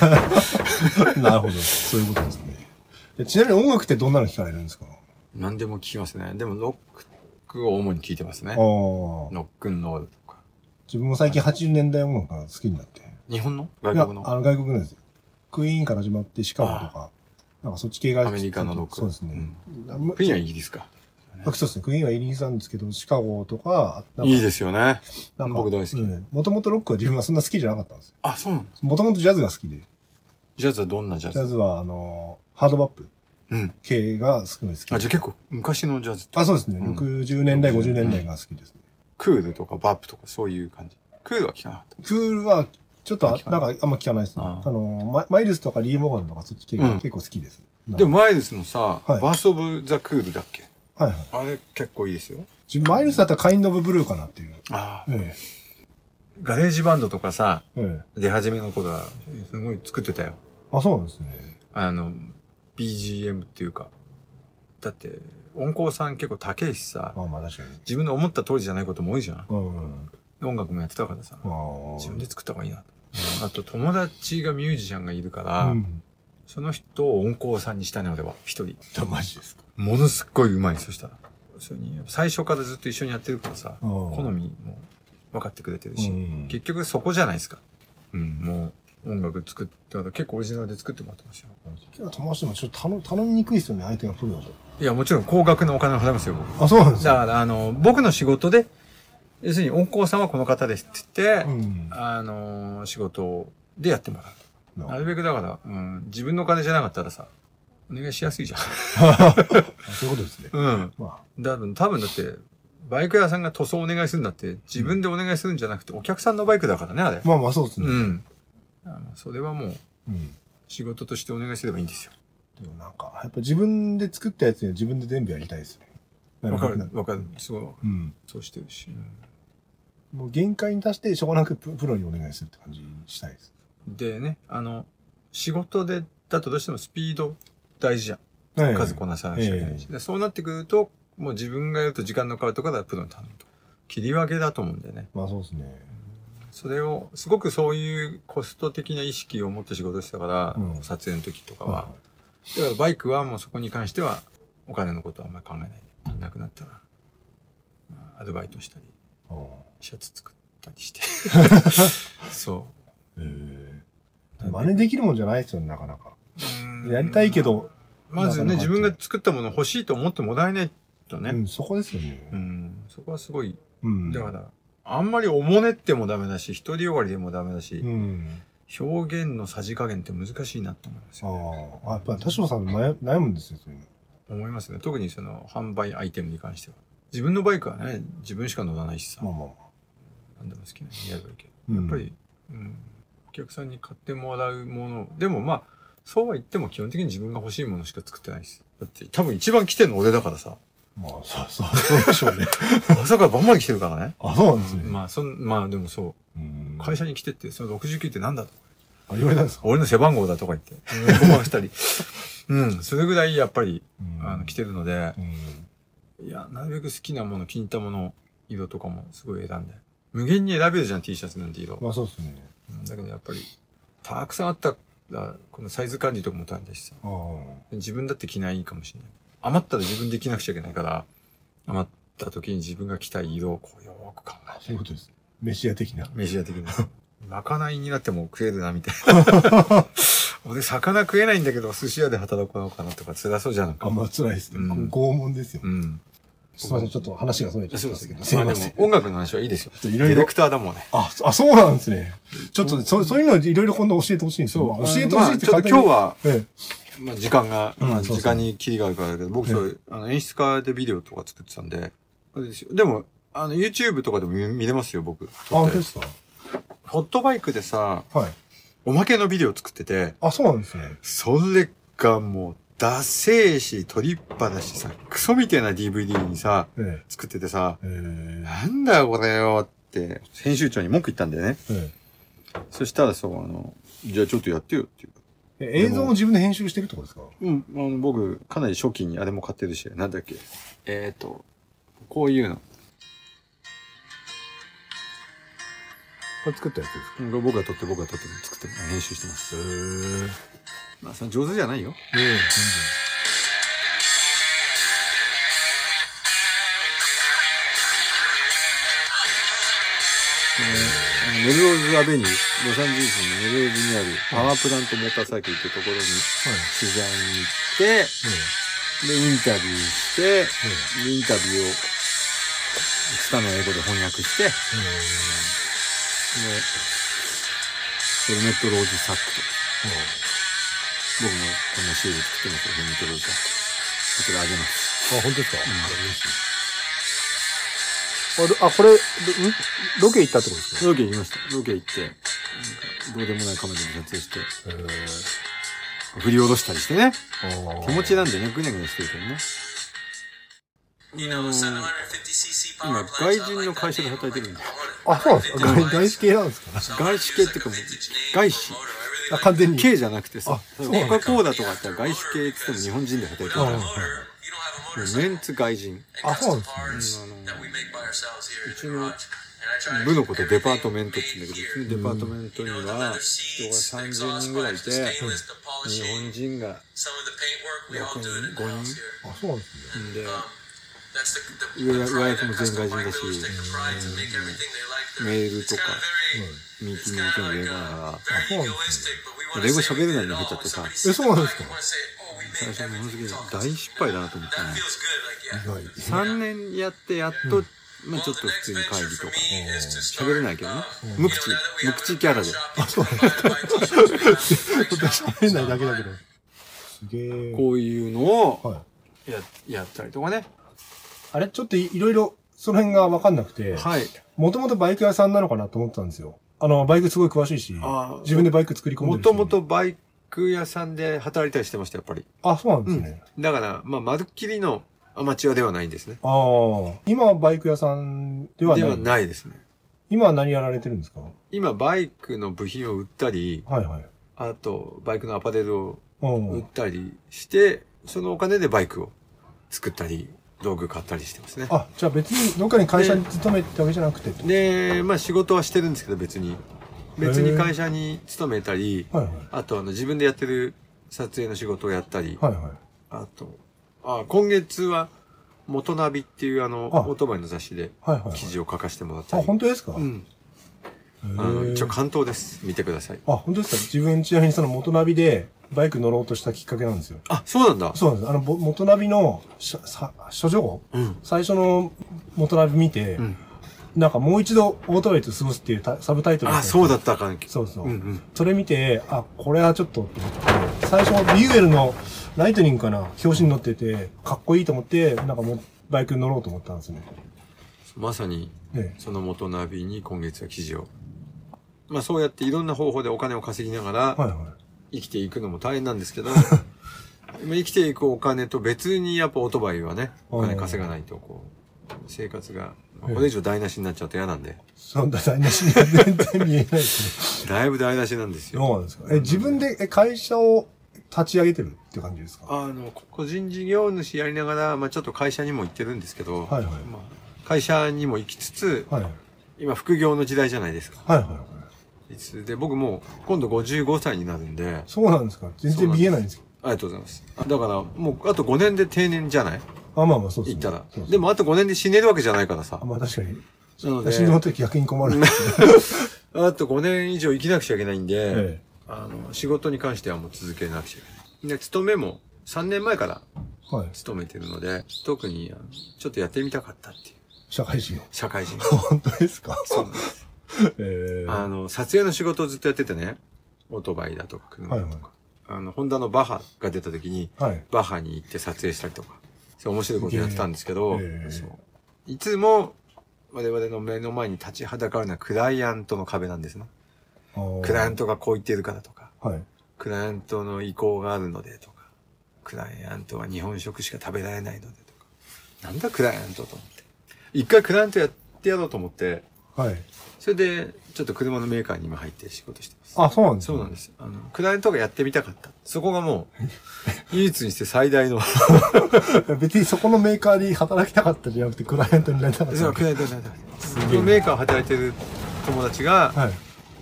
S2: なるほど。そういうことですね。でちなみに音楽ってどんなの聞かれるんですか
S1: 何でも聞きますね。でも、ロックを主に聞いてますね
S2: あ。あ。
S1: ロックンロールとか。
S2: 自分も最近80年代音楽が好きになって。
S1: 日本の
S2: い
S1: 外
S2: や、あ
S1: 国の
S2: の外国のですよ。クイーンから始まってシカゴとか、なんかそっち系が。
S1: アメリカのロック。
S2: そうですね。
S1: うんクイーンはイギリスか。
S2: あそうですね。クイーンはイギリスなんですけど、シカゴとか、なんか
S1: いいですよね。
S2: なんか
S1: 僕大好き
S2: もともとロックは自分はそんな好きじゃなかったんですよ。
S1: あ、そうなの
S2: もともとジャズが好きで、
S1: ジャズはどんなジャ
S2: ジャ
S1: ズ
S2: ズはあの、ハードバップ
S1: うん。
S2: 系がすごい好きで
S1: あ、じゃあ結構昔のジャズって。
S2: あ、そうですね。
S1: うん
S2: 60年代、50年代が好きですね。
S1: クールとかバップとかそういう感じ。クールは聞かなかっ
S2: クールは、ちょっとあ
S1: 聞、かな
S2: ないんかあんま聞かないですね。
S1: あ
S2: あ
S1: あ
S2: の、ママイルスとかリー・モガンとかそっち系
S1: う
S2: が
S1: ん
S2: 結構好きです。
S1: た。でも、マイルスのさ、
S2: はい
S1: バースオブザクールだっけ
S2: はいはい
S1: あれ結構いいですよ。
S2: 自分。マイルスだったらカインド・オブ・ブルーかなっていう。
S1: ああ。
S2: え
S1: ガレージバンドとかさ、
S2: え。え
S1: 出始めの頃は、すごい作ってたよ。
S2: え。あ、そうなんですね。
S1: あの、BGM っていうか。だって、音工さん結構高いしさ、
S2: まあまあ確かに。
S1: 自分の思った通りじゃないことも多いじゃん。
S2: うんうん。
S1: 音楽もやってたからさ、
S2: ああ。
S1: 自分で作った方がいいな。あと、友達がミュージシャンがいるから、
S2: うん。
S1: その人を音工さんにしたいのでは、一人。
S2: だマジですか。
S1: ものすっごい上手い、そしたら。それに、最初からずっと一緒にやってるからさ、好
S2: 好
S1: みも分かってくれてる
S2: う
S1: し、
S2: ん。
S1: 結局そこじゃないですか。うん、もう音楽作って、だから結構オリジナルで作ってもらってますよ。
S2: 今日友達でもちょっと頼頼みにくいですよね、相手がプロだと。
S1: いや、もちろん高額のお金を払いますよ、僕。
S2: あ、そうなんです
S1: だ
S2: か。
S1: から、あの、僕の仕事で、要するに音工さんはこの方ですって言って、
S2: うん。
S1: あの、仕事でやってもらう。な
S2: な
S1: るべくだから、うん、自分のお金じゃなかったらさ、お願いしやすいじゃん。
S2: そう いうことですね。
S1: うん。
S2: ま
S1: 多分、多分だって、バイク屋さんが塗装お願いするんだって、自分でお願いするんじゃなくて、お客さんのバイクだからね、あれ
S2: あ、。まあまあそうです
S1: う
S2: ね。
S1: ん。あのそれはもう、
S2: うん。
S1: 仕事としてお願いすればいいんですよ。
S2: でもなんか、やっぱ自分で作ったやつには自分で全部やりたいですね。
S1: わかる
S2: な、
S1: わかる。すごい、
S2: うん。
S1: そうしてるし。
S2: もう限界に達して、しょうがなくププロにお願いするって感じにしたいです。
S1: でね、あの、仕事で、だとどうしてもスピード大事じゃん。
S2: はい
S1: 数こなさなきゃいけないし。でそうなってくると、もう自分がやると時間の変わるところはプロに頼むと。切り分けだと思うんだよね。
S2: まあそうですね。
S1: それを、すごくそういうコスト的な意識を持って仕事してたから、
S2: うん
S1: 撮影の時とかは。だからバイクはもうそこに関しては、お金のことはあんまり考えない。なくなったら、まあアルバイトしたり、
S2: うん
S1: シャツ作ったり して。そ
S2: うん
S1: う。
S2: 真似できるもんじゃないですよね、なかなか。
S1: うん
S2: やりたいけ。ど、
S1: まずね、
S2: なかな
S1: 自
S2: か
S1: 分が作ったもの欲しいと思ってもらえないと
S2: う
S1: ね。
S2: ん、そこですよ
S1: う
S2: ね。
S1: ん。そこはすごい
S2: うん。
S1: だから、あんまりおもねってもダメだし、独りよがりでもダメだし、
S2: うん。
S1: 表現のさじ加減って難しいなと思います
S2: あ
S1: よ、
S2: あ、やっぱり田代さん悩悩むんですよ、そういうの。
S1: 思いますね。特にその、販売アイテムに関しては。自分のバイクはね、自分しか乗らないしさ、
S2: まあまあまあ。
S1: 何でも好きなようにやればいいけど、
S2: や
S1: やっぱり、うん、お客さんに買ってもらうもの、でもまあ、そうは言っても基本的に自分が欲しいものしか作ってないです。だって多分一番来てるの俺だからさ、
S2: まあ、そう、そう、そうでしょうね。
S1: 朝から晩まで来てるからね。
S2: あ、そうなんですね。
S1: まあ、そん、まあでもそうう、
S2: ん
S1: 会社に来てって、その69ってなんだと。
S2: あ、言われたんですか
S1: 俺の背番号だとか言って、ごまかした り。うん、それぐらいやっぱり、あの、来てるので、
S2: うん。
S1: いや、なるべく好きなもの、気に入ったもの、色とかもすごい選んで。無限に選べるじゃん、T シャツなんて色。
S2: まあそうですね。
S1: うんだけどやっぱり、たくさんあったら、このサイズ管理とかも大変だしさ。
S2: ああ。
S1: 自分だって着ないかもしれない。余ったら自分で着なくちゃいけないから、余った時に自分が着たい色をこうよーく考えて。
S2: そういうことです。メシア的な。
S1: メジャー的に。まかないになっても食えるな、みたいな。 俺、魚食えないんだけど、寿司屋で働こうかなとか、辛そうじゃん。
S2: あんまあ辛いですね。
S1: うん
S2: 拷問ですよ
S1: う。ん。
S2: すいません、ちょっと話がそれちゃ
S1: そ
S2: いうま
S1: です
S2: し
S1: け
S2: たけ
S1: ど。
S2: ど。すいま
S1: ま
S2: せ
S1: あ
S2: ん
S1: で。も音楽の話はいいですよ。
S2: い
S1: デ
S2: ろ
S1: ィ
S2: い
S1: レ
S2: ろ。
S1: クターだもんね。
S2: あ、そあそうなんですね。ちょっと、そそういうのいろいろ今度教えてほしいんですよ。まあ教えてほしいって
S1: まあちょっと今日
S2: は。
S1: は、
S2: え
S1: まあ、時間が、
S2: うん
S1: まあ
S2: そうそう
S1: 時間にキリがあるからだけど、僕、そう、あの、演出家でビデオとか作ってたんで、あれですよ。でも、あの、YouTube とかでも見見れますよ、僕。
S2: え。あ、本当ですか
S1: ホットバイクでさ、
S2: はい。
S1: おまけのビデオ作ってて、
S2: あ、そうなんですね。
S1: それがもう、ダセーし、取りっぱだしさ、クソみたいな DVD にさ、
S2: ええ。
S1: 作っててさ、
S2: ええ
S1: なんだよこれよって、編集長に文句言ったんだよね。
S2: え
S1: そしたらそう、あの、じゃあちょっとやってよっていう。
S2: ええ映像も自分で編集してるってことですか
S1: うん、あの、僕、かなり初期にあれも買ってるし、なんだっけ。えっ、ー、と、こういうの。
S2: これ作ったやつですか
S1: うんこれ僕が撮って、僕が撮って、作って、編集してます。
S2: え
S1: まあ、その上手じゃないよ。
S2: え。ええ、
S1: あのメルローズアベニュー、ロサンゼルスのメルローズにあるパワープラントモーターサーキルってところに
S2: 全然。は
S1: 取材に
S2: い。
S1: 行って、
S2: ええ。
S1: で、インタビューして、で
S2: ええ。
S1: インタビューを、スタの英語で翻訳して、で、
S2: え
S1: ヘルメットローズサックと。
S2: え。
S1: 僕もこんなシール作ってますよ、ヘルメットローズサック。こちらあげます。
S2: あ、本当ですか、
S1: ん
S2: 嬉しい。
S3: あ、あこれ、どんロケ行ったってことですか
S1: ロケ行きました。ロケ行って、なんかどうでもないカメラで撮影して、振り下ろしたりしてね。気持ちなんでね、ぐねぐねしてるけどね。今、外人の会社で働いてるんだよ。
S2: あ、そうなんですか外外資系なんですか
S1: 外資系っていうかもう、外資。
S2: あ完全に。
S1: 系じゃなくてさ、
S2: あ
S1: コ
S2: そうなんだ
S1: カ・コーラとかって外資系って言っても日本人で働いてるから、もうメンツ外人。
S2: あ、そうなんですね。
S1: うちの部のことデパートメントって言うんだけど、うちのデパートメントには人が30人ぐらいいて、日本人が6人、5人。
S2: あ、そうなんですね。
S1: で、上上役も全外人だし、メールとか、ミーティングとか英語だか
S2: あ、そうなんですね。
S1: ら、英語喋れないのに入っちゃってさ、
S2: え、そうなんですか
S1: 最初ものすごい大失敗だなと思ったね。
S2: 意外。
S1: 3年やってやっと、まあちょっと普通に会議とか、喋れないけどね。無口、無口キャラで。
S2: あ、そうなんですか 喋れないだけだけど。すげえ。
S1: こういうのを
S2: はい。
S1: ややったりとかね。
S2: あれちょっといいろいろ、その辺がわかんなくて、
S1: はい。
S2: もともとバイク屋さんなのかなと思ってたんですよ。あの、バイクすごい詳しいし
S1: あー、
S2: 自分でバイク作り込んで
S1: も
S2: るし
S1: ともとバイク屋さんで働いたりしてました、やっぱり。
S2: あ、そうなんで
S1: う
S2: す
S1: ん
S2: ね。。
S1: だから、まあ、まるっきりのアマチュアではないんですね。
S2: ああ。今はバイク屋さんでは
S1: で
S2: な。
S1: はいないですね。
S2: 今は何やられてるんですかは
S1: 今、バイクの部品を売ったり、
S2: いはい。
S1: あと、バイクのアパレルを
S2: うん。
S1: 売ったりして、そのお金でバイクを作ったり、道具買ったりしてますね。
S2: あ、じゃあ別にどっかに会社に勤めてたわけじゃなくてと。
S1: で、まあ仕事はしてるんですけど、別に。別
S2: へ
S1: に
S2: ー
S1: 会社に勤めたり、
S2: はいはい。
S1: あと、あの、自分でやってる撮影の仕事をやったり、
S2: はいはい。
S1: あと、あ、今月は、元ナビっていうあの、
S2: あ
S1: オートバイの雑誌で
S2: はいはい。
S1: 記事を書かせてもらっ
S2: あ、
S1: たり。
S2: 本当ですか
S1: うん。あの、
S2: へ
S1: 一応
S2: え。
S1: 関東です。見てください。
S2: あ、本当ですか自分ちなみにその元ナビでバイク乗ろうとしたきっかけなんですよ。
S1: あ、そうなんだ。
S2: そうなんです。あの、ぼ元ナビのしゃさ諸女号
S1: うん。
S2: 最初の元ナビ見て、
S1: うん。
S2: なんかもう一度オートバイと過ごすっていうタサブタイトルだ
S1: あ、
S2: ったんです
S1: そ
S2: よ
S1: うだったかん。
S2: そうそう。
S1: うんうん。
S2: それ見て、あ、これはちょっとって思って、最初、ビューエルのライトニングかな、表紙に載ってて、かっこいいと思って、なんかもう、バイクに乗ろうと思ったんですね。
S1: まさに、
S2: ね
S1: その元ナビに今月は記事を。まあそうやっていろんな方法でお金を稼ぎながら、
S2: はいはい。
S1: 生きていくのも大変なんですけ ど、今生きていくお金と別にやっぱオートバイはね、お金稼がないとこう、生活が、まあこれ以上台無しになっちゃうと嫌なんで、
S2: そんな台無しには全然見えないですね。
S1: だいぶ台無しなんですよ。
S2: どうなんですかえ、自分でえ会社を立ち上げてるって感じですか
S1: あの、こ個人事業主やりながら、まあちょっと会社にも行ってるんですけど、
S2: はいはい
S1: まあ会社にも行きつつ、
S2: はい。はい
S1: 今副業の時代じゃないですか。
S2: はいはい。
S1: いつで、僕もう今度55歳になるんで、
S2: そうなんですか全然見えないんですけ
S1: ありがとうございます。あだから、もうあと5年で定年じゃない
S2: ど。あ、まあまあ、そうです
S1: 行
S2: ね。
S1: ったら
S2: そう。
S1: でもあと5年で死ねるわけじゃないからさ
S2: あ。まあ確かに。
S1: なので、
S2: 私の時逆に困るんですけ
S1: あと5年以上生きなくちゃいけないんで、
S2: ど。え
S1: あの、仕事に関してはもう続けなくちゃいけない。で、勤めも3年前から
S2: え。はい。
S1: 勤めてるので、特にあのちょっとやってみたかったっていう。
S2: 社会人を。
S1: 社会人。
S2: 本当ですか
S1: そうなんです。
S2: ええ。
S1: あ
S2: は
S1: の、撮影の仕事をずっとやっててね、オートバイだとか車
S2: い
S1: だとか、あの、ホンダのバハが出た時に、
S2: はい。はい。
S1: バハに行って撮影したりとか、そう面白いことやってたんですけど、
S2: ええええ
S1: そういつも我々の目の前に立ちはだかるのはクライアントの壁なんですね。
S2: あー
S1: クライアントがこう言ってるからとか、
S2: はい。
S1: クライアントの意向があるのでとか、クライアントは日本食しか食べられないのでとか、なんだクライアントと思って。一回クライアントやってやろうと思って、
S2: はい。
S1: それで、ちょっと車のメーカーに今入って仕事してます。
S2: あ、そうなんです
S1: そうなん
S2: で
S1: です。あの、クライアントがやってみたかった。そこがもう、唯一にして最大の、
S2: す。別にそこのメーカーに働きたかったじゃなくて、クライアントになりたかっ
S1: そう
S2: た。
S1: クライアントになりたかった。そのメーカー働いてる友達が、
S2: は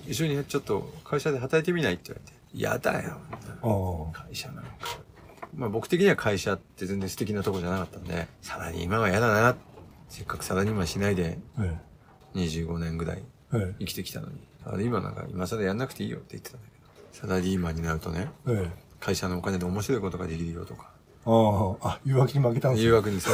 S2: い。
S1: 一緒にちょっと会社で働いてみないって言われて、やだよ。
S2: あ
S1: 会社なんか。まあ僕的には会社って全然素敵なとこじゃなかったんで、サラリーマンは嫌だな。せっかくサラリーマンしないで
S2: あ。え
S1: 25年ぐらい
S2: え。え
S1: 生きてきたのに、サラリーマンなんか今更やんなくていいよって言ってたんだけど、サラリーマンになるとね、
S2: え。ええ。
S1: 会社のお金で面白いことができるよとか、
S2: ああ。あ、誘惑に負けたんです
S1: 誘
S2: よ。
S1: 惑 にさ、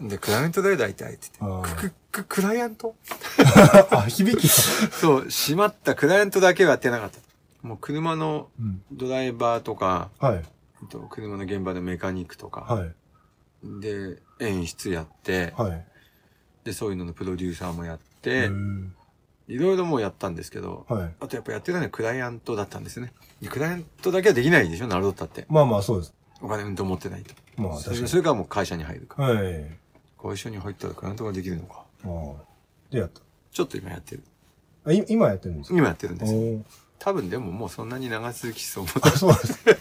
S1: で、クライアントだよ大体って
S2: あ
S1: 言って、
S2: ー
S1: く、く、く、クライアント
S2: あ、響きが。
S1: そう、しまったクライアントだけはやってなかった。もう車の
S2: うん。
S1: ドライバーとか、
S2: はい。
S1: えっと車の現場のメカニックとか、
S2: はい。
S1: で、演出やって、
S2: はい。
S1: で、そういうののプロデューサーもやっ
S2: へ
S1: て、
S2: ー
S1: いろいろもうやったんですけど、
S2: はい。
S1: あとやっぱやってたのはクライアントだったんですね。でクライアントだけはできないでしょ、ナルドったって。
S2: まあまあ、そうです。
S1: お金うんと持ってないと。
S2: まあ、
S1: そ
S2: 確か
S1: れ
S2: に
S1: そ。れからもう会社に入るか。
S2: はい。
S1: 会社に入ったらクライアントができるのか。
S2: あーで、やった。
S1: ちょっと今やってる。
S2: あい今やってるんですか
S1: 今やってるんですよ。
S2: おー
S1: 多分でももうそんなに長続きしそうも
S2: あ、 そうなんですね。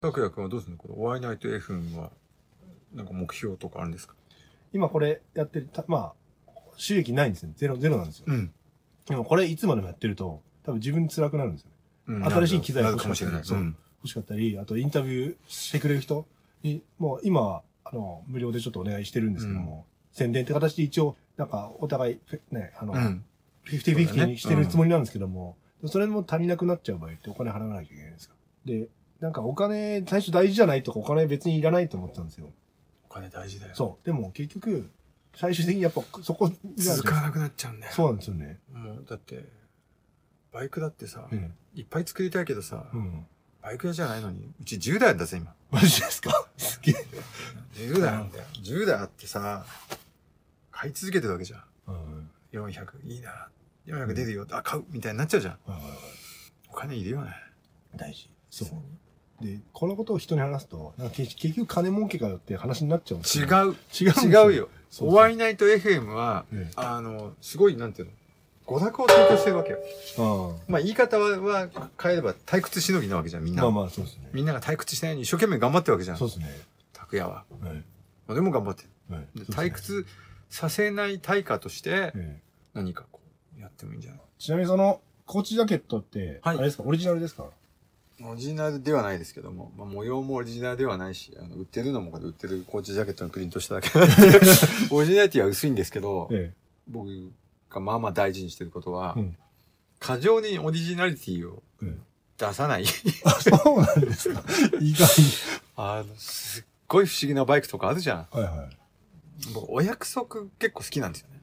S1: 拓也君はどうするのこのワイナイト F は、なんか目標とかあるんですか
S2: 今これやってる、たまあ、収益ないんですよ。ゼロ、ゼロなんですよ。
S1: うん。
S2: でもこれいつまでもやってると、多分自分辛くなるんですよね。新しい機材
S1: が
S2: が
S1: あるかもしれない。
S2: 欲しかったり
S1: ん
S2: 欲しかったり、あとインタビューしてくれる人に、もう今は、あの、無料でちょっとお願いしてるんですけども、宣伝って形で一応、なんかお互い、ね、あの、
S1: うん。
S2: フィフティフィフティにしてるつもりなんですけども、それも足りなくなっちゃう場合ってお金払わなきゃいけないんですよ。で、なんかお金、最初大事じゃないとかお金別にいらないと思ってたんですよ。
S1: お金大事だよ。
S2: そう。でも結局、最終的にやっぱそこじゃないです
S1: 続かなくなっちゃうんだよ。
S2: そうなんですよね。
S1: もう、だって、バイクだってさ
S2: う、ん。
S1: いっぱい作りたいけどさ
S2: う、ん。
S1: バイク屋じゃないのに、うち10台だぜ、今。
S2: マジですかすげえ。
S1: 10台なんだよ。10台あってさ、買い続けてるわけじゃん。
S2: うん。
S1: 400、いいな。400出るよ。あ、買うみたいになっちゃうじゃん。お金いるよね。
S2: 大事。そう。で、このことを人に話すと、なんか結結局金儲けかよって話になっちゃうんです
S1: 違
S2: よ。
S1: う。
S2: 違うんです
S1: 違う。よ。
S2: そう
S1: おワイナイト FM は、
S2: ええ
S1: あの、すごい、なんていうの娯楽を提供してるわけよ。
S2: あ
S1: まあ、言い方はは変えれば退屈しのぎなわけじゃん、みんな。
S2: あまあまあ、そうですね。
S1: みんなが退屈しないように一生懸命頑張ってるわけじゃん
S2: そう。ですね。
S1: 拓也は。
S2: はい。
S1: まあ、でも頑張ってる。
S2: はい
S1: で退。屈させない対価として
S2: そうです、ねええ
S1: 何かこう、やってもいいんじゃない
S2: ちなみにその、コーチジャケットって、
S1: はい
S2: あれですか、オリジナルですか
S1: オリジナルではないですけども、まあ、模様もオリジナルではないし、あの売ってるのもこれ売ってるコーチジャケットのプリントしただ けなんでオリジナリティは薄いんですけど、
S2: え
S1: 僕がまあまあ大事にしてることは、
S2: うん
S1: 過剰にオリジナリティを
S2: ええ
S1: 出さない。
S2: え。そうなんですか。意外に。
S1: あの、すっごい不思議なバイクとかあるじゃん。
S2: はいはい。
S1: 僕、お約束結構好きなんですよね。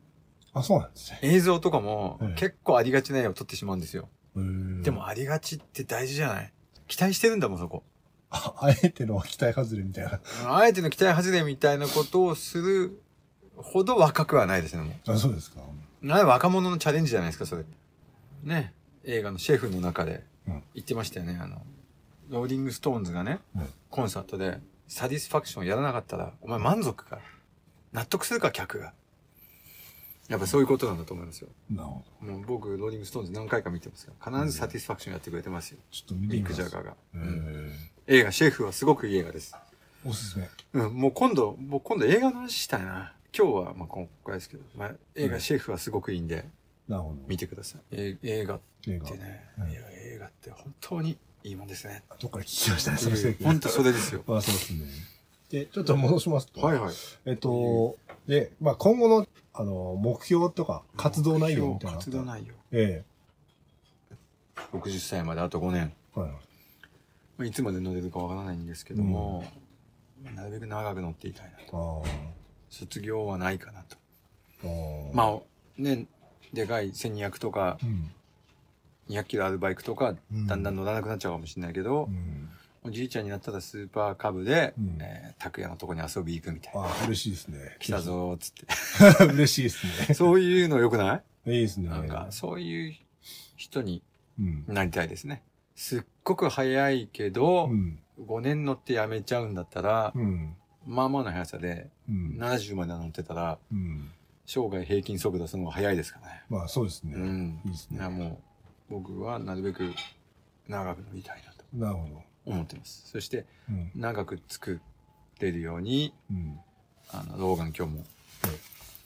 S2: あ、そうなんですね。
S1: 映像とかも
S2: ええ
S1: 結構ありがちな絵を撮ってしまうんですよ。でもありがちって大事じゃない期待してるんだもん、そこ。
S2: あ、あえてのは期待外れみたいな。
S1: あえての期待外れみたいなことをするほど若くはないですね、も
S2: あ、そうですか。
S1: う。な若者のチャレンジじゃないですか、それ。ね。映画のシェフの中で
S2: うん
S1: 言ってましたよね、あの、ローリングストーンズがね、
S2: うん
S1: コンサートで、サディスファクションやらなかったら、お前満足か納得するか、客が。やっぱそういうことなんだと思いますよ。
S2: なるほど。
S1: もう僕、ローリングストーンズ何回か見てますから、必ずサティスファクションやってくれてますよ。
S2: ちょっと見て
S1: リ
S2: み
S1: ンク・
S2: ます。
S1: ジャガーが。
S2: え
S1: 映画、シェフはすごくいい映画です。
S2: えおすすめ。
S1: うん、もう今度、もう今度映画の話したいな。今日は、まあ、今回ですけど、まあ、映
S2: う
S1: 画
S2: ん
S1: シェフはすごくいいんで、
S2: なるほど。
S1: 見てください。え映画っ
S2: 映画
S1: てね、
S2: うん
S1: いや、映画って本当にいいもんですね。
S2: どっから聞き ましたね、そのせい。
S1: 本当それですよ
S2: あ、そうですね。で、ちょっと戻します と。
S1: はいはい。
S2: えっと、で、まあ、今後の、あの、目標とか、活動内容みたいな。
S1: 活動内容。
S2: え
S1: 60歳まであと5年。
S2: え。はい。
S1: まあいつまで乗れるかわからないんですけども、まあなるべく長く乗っていたいなと。
S2: あー
S1: 卒業はないかなと。
S2: あー。
S1: まあ、ね、でかい1200とか
S2: うん。
S1: 200キロあるバイクとか、
S2: うん
S1: だんだん乗らなくなっちゃうかもしれないけど、
S2: うん。
S1: おじいちゃんになったらスーパーカブで、
S2: うん
S1: えー拓也のとこに遊び行くみたいな。
S2: ああ、嬉しいですね。
S1: 来たぞーっつっ
S2: 嬉しいです
S1: て。
S2: ね。
S1: そういうの良くない
S2: いい ですね。
S1: なんか、そういう人に
S2: うん。
S1: なりたいですね。すっごく早いけど
S2: う、ん。
S1: 5年乗ってやめちゃうんだったら、
S2: うん。
S1: まあまあの速さで、
S2: うん。
S1: 70まで乗ってたら、
S2: うん。
S1: 生涯平均速度その方が早いですからね。
S2: まあ、そうです
S1: う
S2: ね。
S1: ん
S2: いい。です
S1: い
S2: ね
S1: や。もう、僕はなるべく長く乗りたいなと
S2: なるほど。
S1: 思ってます。そして、
S2: うん。
S1: 長く作れるように、
S2: うん。
S1: あの、老眼鏡も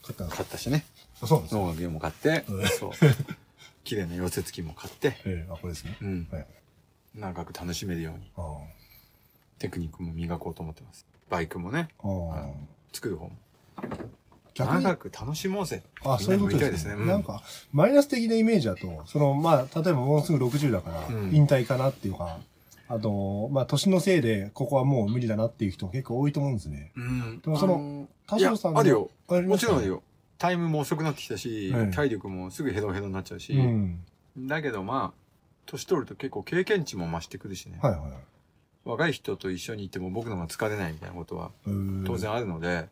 S2: 肩
S1: 買ったしね。
S2: あ、そうなんですか。
S1: 農学も買って
S2: うん、
S1: そう。 綺麗な溶接機も買って、
S2: ええ、あ、これですね。
S1: うん
S2: はい。
S1: 長く楽しめるように、
S2: ああ。
S1: テクニックも磨こうと思ってます。バイクもね、
S2: ああ。
S1: 作る方も。
S2: 逆に
S1: 長く楽しもうぜ。
S2: あ、そういうこと
S1: みんなに言いたい
S2: で
S1: です
S2: す
S1: ね
S2: ね。
S1: うん
S2: なんか、マイナス的なイメージだと、その、まあ、例えばもうすぐ60だから
S1: う、ん
S2: 引退かなっていうか、あと、まあ、年のせいで、ここはもう無理だなっていう人結構多いと思うんですね。
S1: うん。
S2: でもその
S1: あの
S2: 田
S1: いや
S2: 代さんの
S1: あるよ。
S2: あり
S1: も
S2: ます
S1: ち
S2: か
S1: ろんある。よ。タイムも遅くなってきたし
S2: え、え
S1: 体力もすぐヘロヘロになっちゃうし
S2: う、ん。
S1: だけどまあ、年取ると結構経験値も増してくるしね。
S2: はいはい。
S1: 若い人と一緒にいても僕の方が疲れないみたいなことは
S2: うーん
S1: 当。然あるので、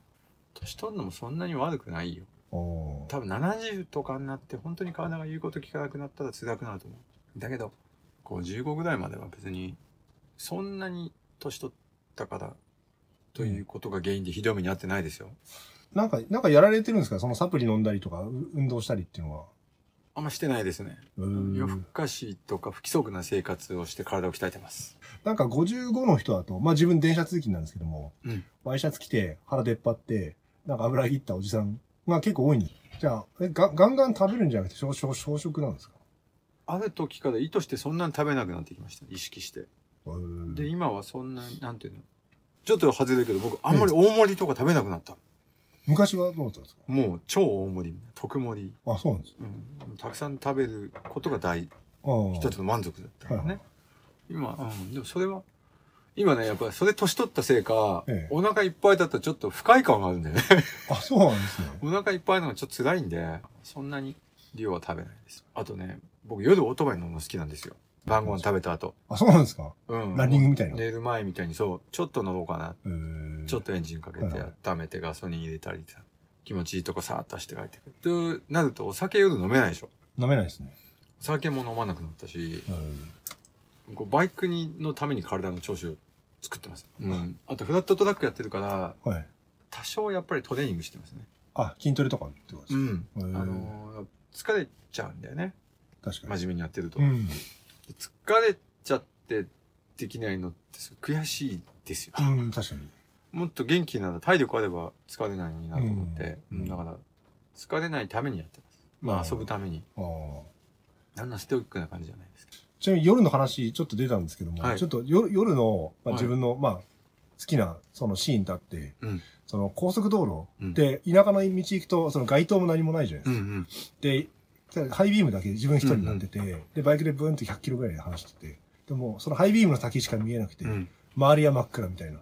S1: 年取るのもそんなに悪くないよ。
S2: おー
S1: 多分70とかになって本当に体が言うこと聞かなくなったら辛くなると思う。だけど、55ぐらいまでは別に、そんなに年取ったから、ということが原因でひどい目に遭ってないですよ。
S2: なんか、なんかやられてるんですかそのサプリ飲んだりとか、う運動したりっていうのは。
S1: あんましてないですね。
S2: う
S1: 夜更
S2: ん
S1: かしとか不規則な生活をして体を鍛えてます。
S2: なんか55の人だと、まあ自分電車通勤なんですけども、
S1: うん
S2: ワイシャツ着て腹出っ張って、なんか油切ったおじさんが結構多いんです。じゃあ、えがガンガン食べるんじゃなくて少々少食なんですか
S1: ある時から意図してそんなに食べなくなってきました。意識して。
S2: うん
S1: で、今はそんな、なんていうの。ちょっと外れるけど、僕、あんまり大盛りとか食べなくなった。
S2: 昔はどうだったんですか
S1: もう、超大盛り、特盛り、
S2: あ、そうなんです。
S1: うん。たくさん食べることが大、
S2: ああ。
S1: 一つの満足だったから
S2: はいは
S1: ね。今、うん。でもそれは、今ね、やっぱりそれ年取ったせいか、
S2: ええ
S1: お腹いっぱいだったらちょっと不快感があるんだよね。
S2: あ、そうなんですね。
S1: お腹いっぱいなのがちょっと辛いんで、そんなに量は食べないです。あとね、僕夜オートバイ乗るの好きなんですよ。晩ご飯食べた後。
S2: あ、そうなんですか
S1: うん。
S2: ランニングみたいな。
S1: 寝る前みたいにそう、ちょっと乗ろうかな。
S2: えー
S1: ちょっとエンジンかけて
S2: はいはい
S1: 温めてガソリン入れたりさ、気持ちいいとこさーっとして帰ってくる。となるとお酒夜飲めないでしょ。
S2: 飲めないですね。
S1: お酒も飲まなくなったし、
S2: うん
S1: こうバイクにのために体の調子を作ってます。うん。あとフラットトラックやってるから、
S2: はい。
S1: 多少やっぱりトレーニングしてますね。
S2: あ、筋トレとかってことですか
S1: ん。
S2: うん
S1: あのー疲れちゃうんだよね。
S2: 確か
S1: 真
S2: に。
S1: 面目にやってると。
S2: うん。
S1: 疲れちゃってできないのってすごい悔しいですよ。
S2: うん、確かに。
S1: もっと元気なら体力あれば疲れないのになと思って、
S2: う
S1: うんんだから疲れないためにやってます。ま
S2: う
S1: あ
S2: ん
S1: 遊ぶために。
S2: ああ。
S1: あんなステオイックな感じじゃないですけど。
S2: ちなみに夜の話ちょっと出たんですけども、
S1: はい
S2: ちょっと夜夜の、まあ、
S1: はい
S2: 自分の、まあ、好きなそのシーンだって、
S1: うん
S2: その高速道
S1: う
S2: 路
S1: ん
S2: で田舎の道行くとその街灯も何もないじゃないで
S1: うんうん。
S2: すか。で、ハイビームだけ自分一人になってて、で、バイクでブーンって100キロぐらいで走ってて、でもそのハイビームの先しか見えなくて、
S1: うん、
S2: 周りは真っ暗みたいな。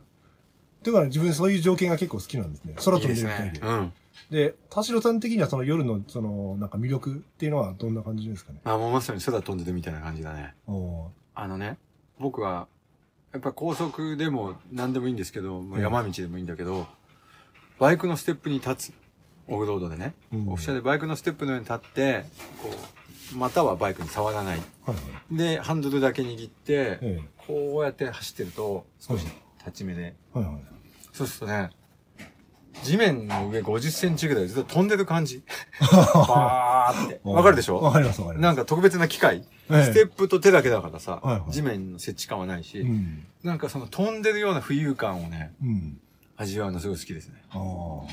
S2: だから自分そういう情景が結構好きなんですね。空
S1: いい
S2: 飛
S1: で
S2: んでするみた
S1: ね
S2: いで。。
S1: うん。
S2: で、田代さん的にはその夜のそのなんか魅力っていうのはどんな感じですかね。
S1: あ、もうまさに空飛んでるみたいな感じだね。
S2: おー
S1: あのね、僕は、やっぱ高速でも何でもいいんですけど、もう山道でもいいんだけど、バイクのステップに立つ。オフロードでね。
S2: うん
S1: オフ車でバイクのステップのように立って、こう、またはバイクに触らない。
S2: はいはい。
S1: で、ハンドルだけ握って、
S2: え
S1: こうやって走ってると、少し立ち目で。
S2: え。はいはい。
S1: そうするとね、地面の上50センチぐらいずっと飛んでる感 じ。バーって。わかるでし
S2: わ
S1: ょ
S2: かりますわかり
S1: な
S2: ま
S1: んか特別な機械。
S2: す。ええ
S1: ステップと手だけだからさ
S2: はいは、い
S1: 地面の接地感はないし
S2: う、ん。
S1: なんかその飛んでるような浮遊感をね、
S2: うん。
S1: 味わうのすごい好きですね。
S2: ああ。は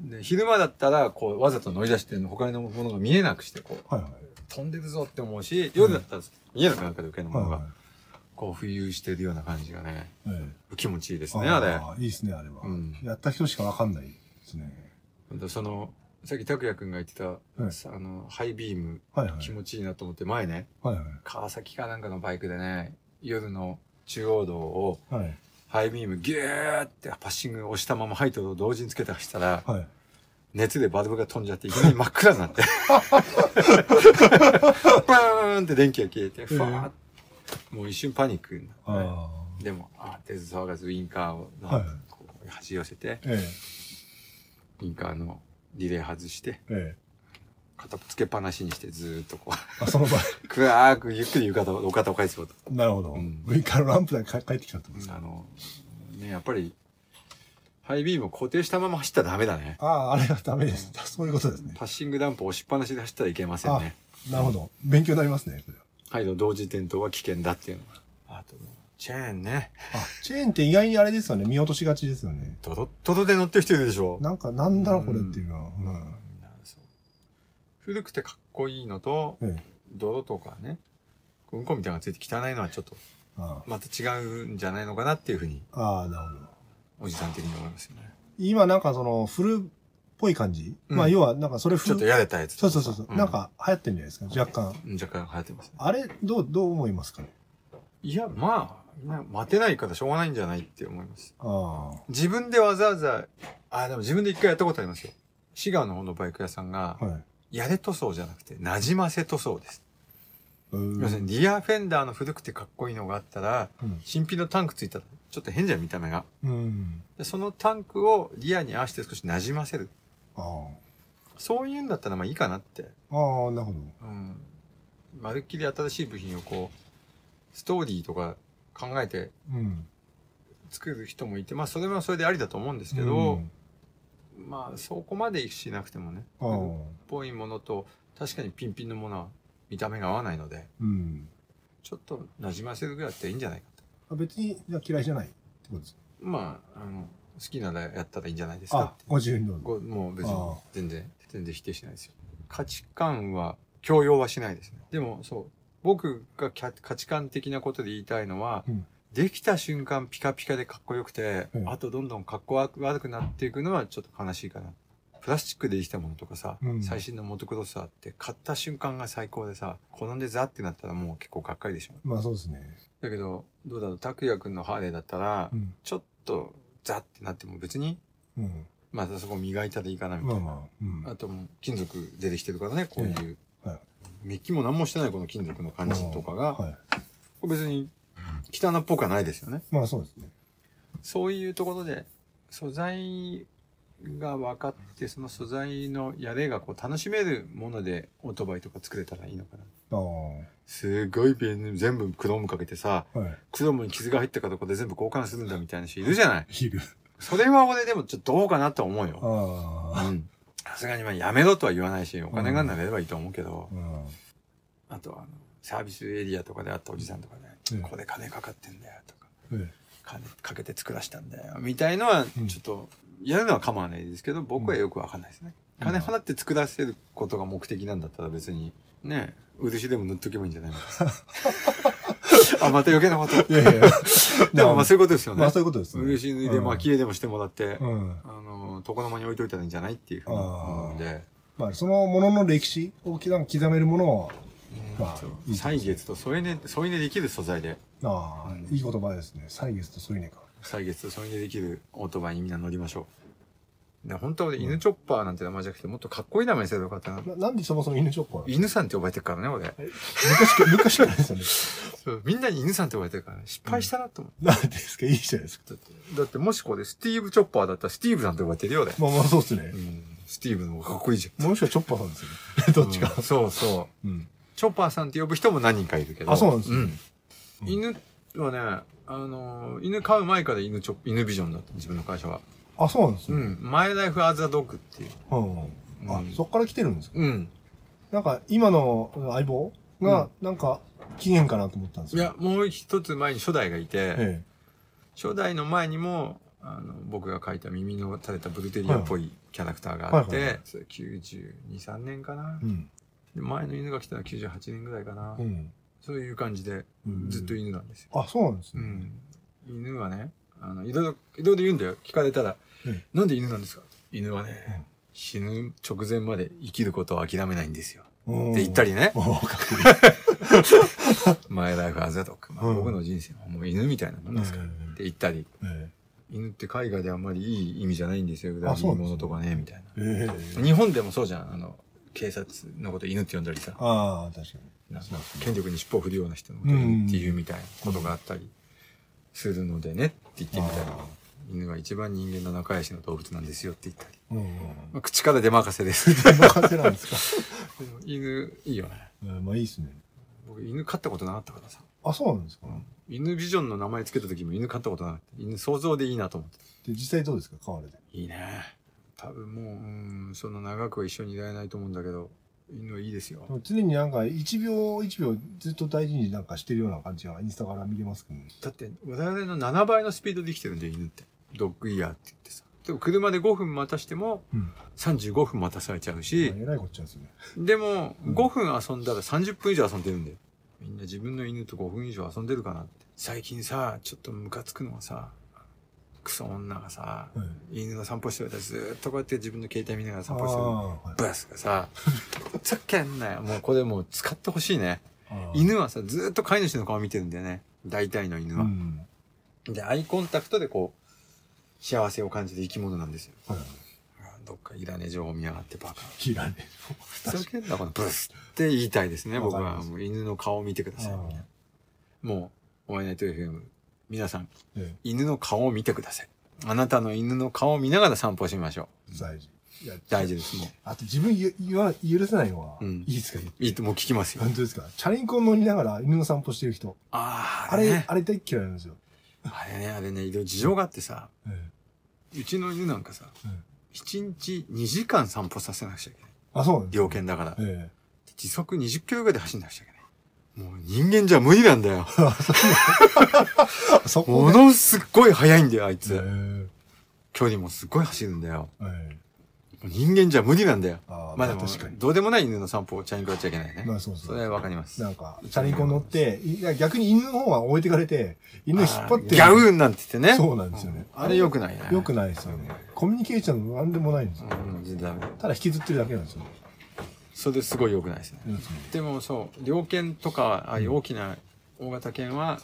S1: で、昼間だったら、こう、わざと乗り出してるの、他のものが見えなくして、こう、
S2: いはい。
S1: 飛んでるぞって思うし、夜だったら見えなくなるから、余計なも
S2: はい
S1: の
S2: はい
S1: が。。こう、浮遊してるような感じがね、
S2: え
S1: 気持ちいいです
S2: え
S1: ね、あれ。
S2: ーいいですね、あれは
S1: う。ん。
S2: やった人しかわかんないですね。
S1: ほんとその、さっき拓也くんが言って
S2: はい
S1: た、さあの、ハイビーム、
S2: はいはい。
S1: 気持ちいいなと思って、前ね、
S2: はいは
S1: 川崎かなんかのバイクでね、夜の中央道を、
S2: い。はい。
S1: ハイビームギューってパッシング押したままハイトを同時につけて走ったら、
S2: はい。
S1: 熱でバルブが飛んじゃって、いきなり真っ暗になって。バーンって電気が消えて、ふわーっもう一瞬パニックに
S2: あ
S1: なって、
S2: あ。
S1: でも、あー手騒がずウインカーを、
S2: はい
S1: こう、端寄せて、
S2: え
S1: ウインカーのリレー外して、
S2: え。ええ。
S1: 片つけっぱなしにして、ずーっとこ
S2: あ、その場合。
S1: う、 暗くゆっくり浴衣を、お肩を返すこと。
S2: なるほど
S1: うん。
S2: ウイカーのランプだけ帰ってきちゃったんです
S1: あ
S2: か。
S1: の、ね、やっぱり、ハイビームを固定したまま走ったらダメだね。
S2: ああ、あれはダメです。そういうことですね。
S1: パッシングダンプを押しっぱなしで走ったらいけませんね。
S2: なるほど。勉強になりますね、これは。
S1: ハイの同時転倒は危険だっていうのが。あと、チェーンね。
S2: あ、チェーンって意外にあれですよね。見落としがちですよね。
S1: ドドッドドで乗ってる人いるでしょ。
S2: なんか、なんだろうこれっていうのは。うん
S1: そう古くてかっこいいのと、
S2: ええ。
S1: 泥とかね、うんこみたいなのがついて汚いのはちょっと、
S2: あ
S1: また違うんじゃないのかなっていうふうに、
S2: あああ、なるほど。
S1: おじさん的に思いますよね。
S2: 今なんかその古っぽい感じ、
S1: うん
S2: まあ要はなんかそれ
S1: ちょっと
S2: 古
S1: やれたやつ
S2: そ
S1: とか
S2: うそ
S1: さ
S2: うそうそう、
S1: ん
S2: なんか流行ってるんじゃないですか若干
S1: うん若干流行ってますね。
S2: あれどうどう思いますかね
S1: いや、まあ、みんな待てないからしょうがないんじゃないって思います。
S2: あ
S1: 自分でわざわざ、あ、でも自分で一回やったことありますよ。滋賀の方のバイク屋さんが
S2: あ、はい
S1: やれ塗装じゃなくて、なじませ塗装です。
S2: うーん
S1: 要するにリアフェンダーの古くてかっこいいのがあったら、
S2: うん
S1: 新品のタンクついたらちちょっと変じゃん、見た目が。
S2: うん。
S1: でそのタンクをリアに合わせて少し馴染ませる。
S2: ああ。
S1: そういうんだったらまあいいかなって。
S2: ああ、なるほど。
S1: うん。まるっきり新しい部品をこう、ストーリーとか考えて
S2: うん。
S1: 作る人もいて、まあそれはそれでありだと思うんですけ
S2: う
S1: ど、
S2: ん
S1: まあそこまでしなくてもね、
S2: ああ。
S1: っぽいものと確かにピンピンのものは見た目が合わないので、
S2: うん。
S1: ちょっと馴染ませるぐらいだっていいんじゃないかと。
S2: あ別にじゃあ嫌いじゃないってことです
S1: まあ、あの、好きならやったらいいんじゃないです
S2: あ
S1: か、
S2: ご自由にどうぞ。
S1: ごもう別に
S2: ああ
S1: 全然、全然否定しないですよ。価値観は強要はしないですね。でもそう、僕がキャ価値観的なことで言いたいのは、
S2: うん
S1: できた瞬間ピカピカでかっこよくて、
S2: うん
S1: あとどんどんかっこ悪くなっていくのはちょっと悲しいかな。プラスチックでできたものとかさ、
S2: うん
S1: 最新のモトクロスだって買った瞬間が最高でさ、好んでザってなったらもう結構がっかりでしょ。
S2: まあそうですね。
S1: だけど、どうだろう、拓也くんのハーレーだったら
S2: う、ん。
S1: ちょっとザってなっても別に、
S2: うん。
S1: またそこ磨いたらいいかなみたい
S2: ま
S1: な。
S2: あまあ。うん。
S1: あともう金属出てきてるからね、こういう。
S2: うんはい
S1: メッキも何もしてないこの金属の感じとかが、
S2: はい。
S1: 別に汚っぽくはないですよね。
S2: まあそうですね。
S1: そういうところで、素材が分かって、その素材のやれがこう楽しめるものでオートバイとか作れたらいいのかな。
S2: ああ。
S1: すごいペン、全部クロームかけてさ、
S2: は
S1: クロームに傷が入ったかとかで全部交換するんだみたいな人いるじゃない
S2: い。昼。
S1: それは俺でもちょっとどうかなと思うよ。
S2: あ
S1: う
S2: あ。
S1: ん。さすがにまあやめろとは言わないし、お金がなればいいと思うけど、
S2: うん。
S1: あとはあのサービスエリアとかであったおじさんとかね、
S2: うん
S1: ここで金かかってんだよとか
S2: え
S1: 金かけて作らしたんだよみたいのは
S2: うん
S1: ちょっと、やるのは構わないですけど僕はよくわかんないですね、
S2: うん
S1: 金払って作らせることが目的なんだったら別にね漆でも塗っとけばいいんじゃない のあまた余計なこと
S2: え。いや いや。
S1: でもまあそういうことですよね、
S2: まあそういうことですね。
S1: 漆塗りで蒔絵でもしてもらって、
S2: うん。
S1: あの床の間に置いといたらいいんじゃないっていうふうに思うんで、
S2: まあそのものの歴史を刻む刻めるものは、まあ
S1: そう
S2: いいですね
S1: 歳月と添い寝添い寝できる素材で
S2: ああ、
S1: うん
S2: いい言葉ですね。歳月と添い寝か。
S1: 歳月それでできるオートバイにみんな乗りましょう。で本当は俺犬チョッパーなんて名前じゃなくてもっとかっこいい名前にすればよかったな。
S2: ななんでそもそも犬チョッパーなの
S1: 犬さんって呼ばれてるからね、俺。
S2: 昔か、昔からですよね。
S1: そうみんなに犬さんって呼ばれてるからね。失敗したなと思
S2: なんでですかいいじゃないですか。
S1: う。だって、だってもしこれスティーブチョッパーだったらスティーブなんて呼ばれてるよ、俺。
S2: まあまあそうですね
S1: う。ん、スティーブの方がかっこいいじゃん。
S2: もしくはチョッパーさんですよね。 どっちか。
S1: うんそうそう。
S2: うん。
S1: チョッパーさんって呼ぶ人も何人かいるけど。
S2: あそうなんですね
S1: うん犬はね、あのー犬飼う前から犬チョッ、犬ビジョンだった、自分の会社は。
S2: あ、そうなんです
S1: う
S2: ね。
S1: ん。マイライフアザドッグっていう。
S2: うん。あ
S1: うん、
S2: そっから来てるんですか
S1: うん。
S2: なんか、今の相棒が、なんか、起源かなと思ったんです
S1: い
S2: よ。
S1: や、もう一つ前に初代がいて、
S2: え
S1: 初代の前にも、あの、僕が書いた耳の垂れたブルテリアっぽいキャラクターがあっ
S2: はいはいは
S1: て、それ92、3年かな
S2: え。う、ん。
S1: で前の犬が来たのは98年ぐらいかな、
S2: うん。
S1: そういう感じで、
S2: うん
S1: ずっと犬なんですよ。
S2: あ、そうなんです
S1: う
S2: ね。
S1: ん。犬はね、あの、いろいろ、いろいろ言うんだよ。聞かれたら、
S2: うん
S1: なんで犬なんですか犬はね、
S2: うん
S1: 死ぬ直前まで生きることを諦めないんですよ。
S2: うん
S1: って言った。りね。
S2: おーかっ
S1: マイライフアザドック。まあ
S2: うん
S1: 僕の人生はもう犬みたいなも
S2: こ
S1: ん
S2: いい
S1: ですから。って言ったり。
S2: え
S1: 犬って海外であんまりいい意味じゃないんですよ。裏
S2: あ
S1: 切
S2: そう
S1: り
S2: なんです
S1: 者
S2: ね
S1: とかね、みたい
S2: ええ
S1: な。
S2: え。
S1: 日本でもそうじゃん。あの、警察のこと犬って呼んだりさ、
S2: ああ、確か
S1: なんか
S2: に。そうですね
S1: 権力に尻尾を振るような人のことを犬っていうみたいなことがあったりするのでねって言ってみたら
S2: あ、
S1: 犬が一番人間の仲良しの動物なんですよって言ったり。
S2: うんうん。
S1: まあ、口から出任せです。
S2: 任せなんですか。
S1: でも 犬、いいよね。
S2: えーまあいいですね。
S1: 僕犬飼ったことなかったからさ。
S2: あ、そうなんですか。
S1: 犬ビジョンの名前つけた時も犬飼ったことなかった。犬想像でいいなと思って。
S2: で、実際どうですか買われて。
S1: いいね。多分もう、うん、その長くは一緒にいられないと思うんだけど、犬いいですよ
S2: で。も常になんか1秒1秒ずっと大事になんかしてるような感じがインスタから見れますけどね。
S1: だって、我々の7倍のスピードで生きてるんだよ、犬って。ドッグイヤーって言ってさ。でも車で5分待たしても、
S2: うん。
S1: 35分待たされちゃう
S2: え
S1: し、
S2: らいこっちゃですよね。
S1: でも、
S2: うん
S1: 5分遊んだら30分以上遊んでるんだよ。みんな自分の犬と5分以上遊んでるかなって。最近さ、ちょっとムカつくのはさ、クソ女がさ、
S2: はい。
S1: 犬の散歩してる間ずーっとこうやって自分の携帯見ながら
S2: あ
S1: 散歩してる。ブースがさ、ふざけんなよ。もうこれもう使ってほしいね。
S2: ーはい。
S1: 犬はさ、ずーっと飼い主の顔見てるんだよね。大体の犬
S2: う
S1: は。
S2: ん。
S1: で、アイコンタクトでこう、幸せを感じる生き物なんですよ。
S2: はい。
S1: あどっかいらねえ情報見やがってバカ。
S2: 切られる。
S1: ふざけんな、このブースって言いたいですね、
S2: わ
S1: 僕
S2: かり
S1: は。
S2: ます
S1: もう犬の顔を見てください。
S2: あー
S1: もう、お会いナイト FM 皆さん、
S2: え
S1: 犬の顔を見てください。あなたの犬の顔を見ながら散歩しましょ
S2: え大事。いや、
S1: う。大事です。も
S2: あと自分ゆ言わ許せないのは、
S1: うん
S2: いいですか言って
S1: う。いいともう聞きますよ。
S2: 本当ですかチャリンコ乗りながら犬の散歩してる人。
S1: ああ、
S2: あ
S1: あれ
S2: れ、
S1: ね。
S2: あれ大っ嫌いなんですよ。
S1: あれね、あれね、いろいろ事情があってさ、
S2: ええ
S1: うちの犬なんかさ、
S2: うん
S1: 1日2時間散歩させなくちゃいけない。
S2: あ、そうなんです
S1: 猟犬だから。
S2: え
S1: 時速20キロぐらいで走んなくちゃいけない。もう人間じゃ無理なんだ よ。
S2: えあ、そこ
S1: ものすっごい速いんだよ、あい
S2: え
S1: つ。
S2: え
S1: 距離もすっごい走るんだよ。
S2: ええ
S1: もう人間じゃ無理なんだよ。
S2: あー
S1: まあでも
S2: 確か、に
S1: どうでもない犬の散歩をチャリンコやっちゃいけないね。
S2: まあそうそう
S1: それはわかります。
S2: なんか、チャリンコ乗って、いや逆に犬の方は置いてかれて、犬引っ張って。
S1: ギャウンなんて言ってね。
S2: そうなんですよね。
S1: あれ良くないね。
S2: よくないですよね。コミュニケーションなんでもないんですよ。
S1: うん、全然ダメ
S2: ただ引きずってるだけなんですよ。
S1: それすごい良くないですね。でもそう、猟犬とか、ああいう大きな大型犬は、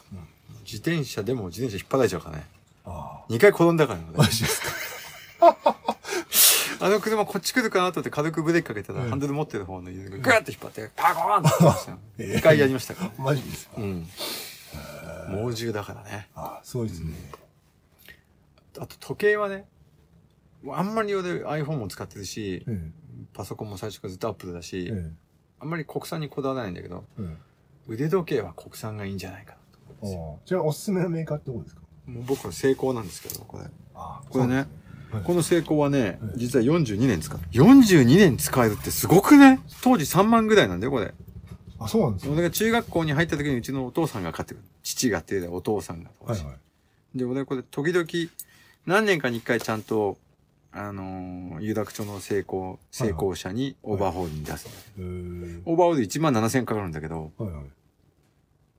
S1: 自転車でも自転車引っ張られちゃうからね。
S2: あ
S1: 2回転んだ からね。
S2: あ。マジですか。
S1: あの車こっち来るかなと思って軽くブレーキかけたら、
S2: うん
S1: ハンドル持ってる方の犬がグーッと引っ張って、パコーンって言ってましたよ。2回やりましたから。
S2: マジですか。
S1: うん。猛獣だからね。
S2: ああ、すごいですね。
S1: あと時計はね、あんまり俺 iPhone も使ってるし
S2: う、ん。
S1: パソコンも最初からずっと Apple だし、
S2: うん。
S1: あんまり国産にこだわらないんだけど、
S2: うん。
S1: 腕時計は国産がいいんじゃないかなと思うんですよ。
S2: おじゃあ、おすすめのメーカーってことですか
S1: もう僕は成功なんですけど、これ。
S2: ああ
S1: これね。
S2: はい
S1: この成功はね
S2: はい、
S1: 実は42年使う。42年使えるってすごくね当時3万ぐらいなんだよ、これ。
S2: あ、そうなんですよ。
S1: 俺が中学校に入った時にうちのお父さんが買ってくる。父がっていうよりはお父さんが。
S2: はいはい。
S1: で、俺これ時々、何年かに一回ちゃんと、あのー有楽町の成功、成功者にオーバーホールに出す。
S2: えー
S1: オーバーホール1万7000かかるんだけど、
S2: はいはい。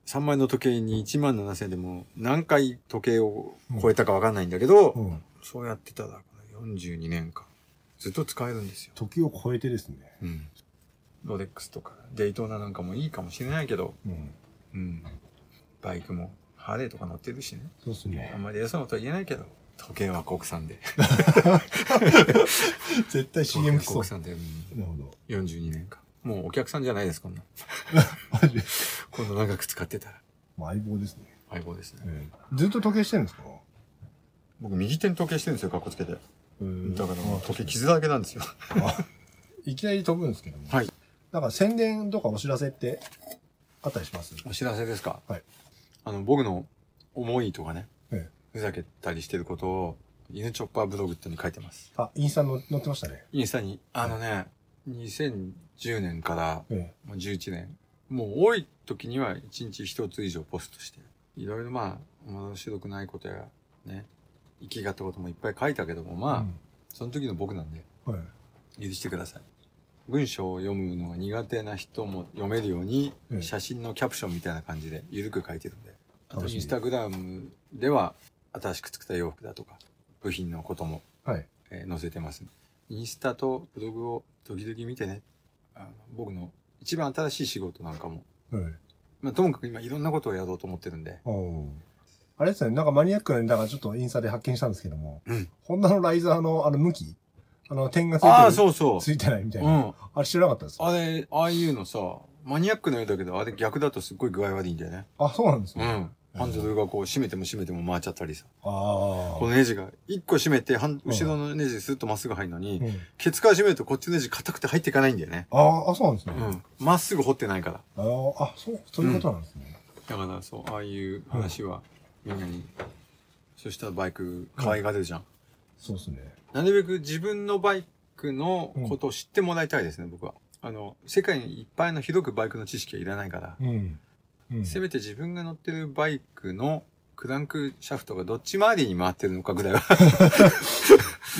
S1: 3万円の時計に1万7000でも何回時計を超えたかわかんないんだけど、
S2: うん。
S1: そうやってたら、この42年間、ずっと使えるんですよ。
S2: 時を超えてですね。
S1: うん。ロレックスとか、デイトーナなんかもいいかもしれないけど、
S2: うん。
S1: うん。バイクも、ハーレーとか乗ってるしね。
S2: そうです
S1: あ
S2: ね。
S1: んまり偉そうなことは言えないけど、時計は国産で。
S2: 絶対 CM 来そう
S1: 国。産で、うん
S2: なるほど。
S1: 42年間。もうお客さんじゃないです、こんな。
S2: マジです。
S1: こんな長く使ってたら。
S2: まあ相棒ですね。
S1: 相棒ですね。
S2: ええずっと時計してるんですか
S1: 僕、右手に時計してるんですよ、かっこつけて。だ
S2: うん
S1: から、時計傷だらけなんですよ。
S2: いきなり飛ぶんですけども。
S1: はい。
S2: なんか宣伝とかお知らせってあったりします
S1: お知らせですか
S2: はい。
S1: あの、僕の思いとかね、
S2: ええ
S1: ふざけたりしてることを、犬チョッパーブログってのに書いてます。
S2: あ、インスタの載ってましたね。
S1: インスタに、あのね、2010年から
S2: え
S1: まあ11年、もう多い時には1日1つ以上ポストして、いろいろまあ、面白くないことや、ね、生きがったこともいっぱい書いたけども、
S2: え。
S1: まあ、その時の僕なんで、
S2: うんはい。
S1: 許してください。文章を読むのが苦手な人も読めるように、
S2: ええ
S1: 写真のキャプションみたいな感じで、ゆるく書いてるんで。あと、
S2: 楽しみ
S1: インスタグラムでは、新しく作った洋服だとか、部品のことも、
S2: はい。
S1: えー載せてます。インスタとブログを時々見てね。あの僕の一番新しい仕事なんかも。
S2: はい。
S1: まあ、ともかく今いろんなことをやろうと思ってるんで。
S2: おーあれですね、なんかマニアックなネタがちょっとインスタで発見したんですけども、
S1: うん
S2: ホンダのライザーのあの向き、あの点がついてる。
S1: ああ、そうそう。
S2: ついてないみたいうな。
S1: ん。
S2: あれ知らなかったです。
S1: あれ、ああいうのさ、マニアックなようだけど、あれ逆だとすっごい具合悪いんだよね。
S2: あ、そうなんです
S1: う
S2: ね。
S1: ん。ハンドルがこう閉めても閉めても回っちゃったりさ。
S2: ああ。
S1: このネジが、一個閉めて、はん後ろのネジスッとまっすぐ入るのに、
S2: うん
S1: ケツから閉めるとこっちのネジ硬くて入っていかないんだよね。
S2: あーあ、そうなんです
S1: う
S2: ね。
S1: ん。まっすぐ掘ってないから。
S2: あーあ、そう、そういうことなんですね。
S1: だからそうああいう話はみんなに、そしたらバイク可愛がれるじゃん、
S2: そうですね。
S1: なるべく自分のバイクのことを知ってもらいたいですね、僕はあの世界にいっぱいのひどくバイクの知識はいらないから、
S2: うん。うん
S1: せめて自分が乗ってるバイクのクランクシャフトがどっち回りに回ってるのかぐらいは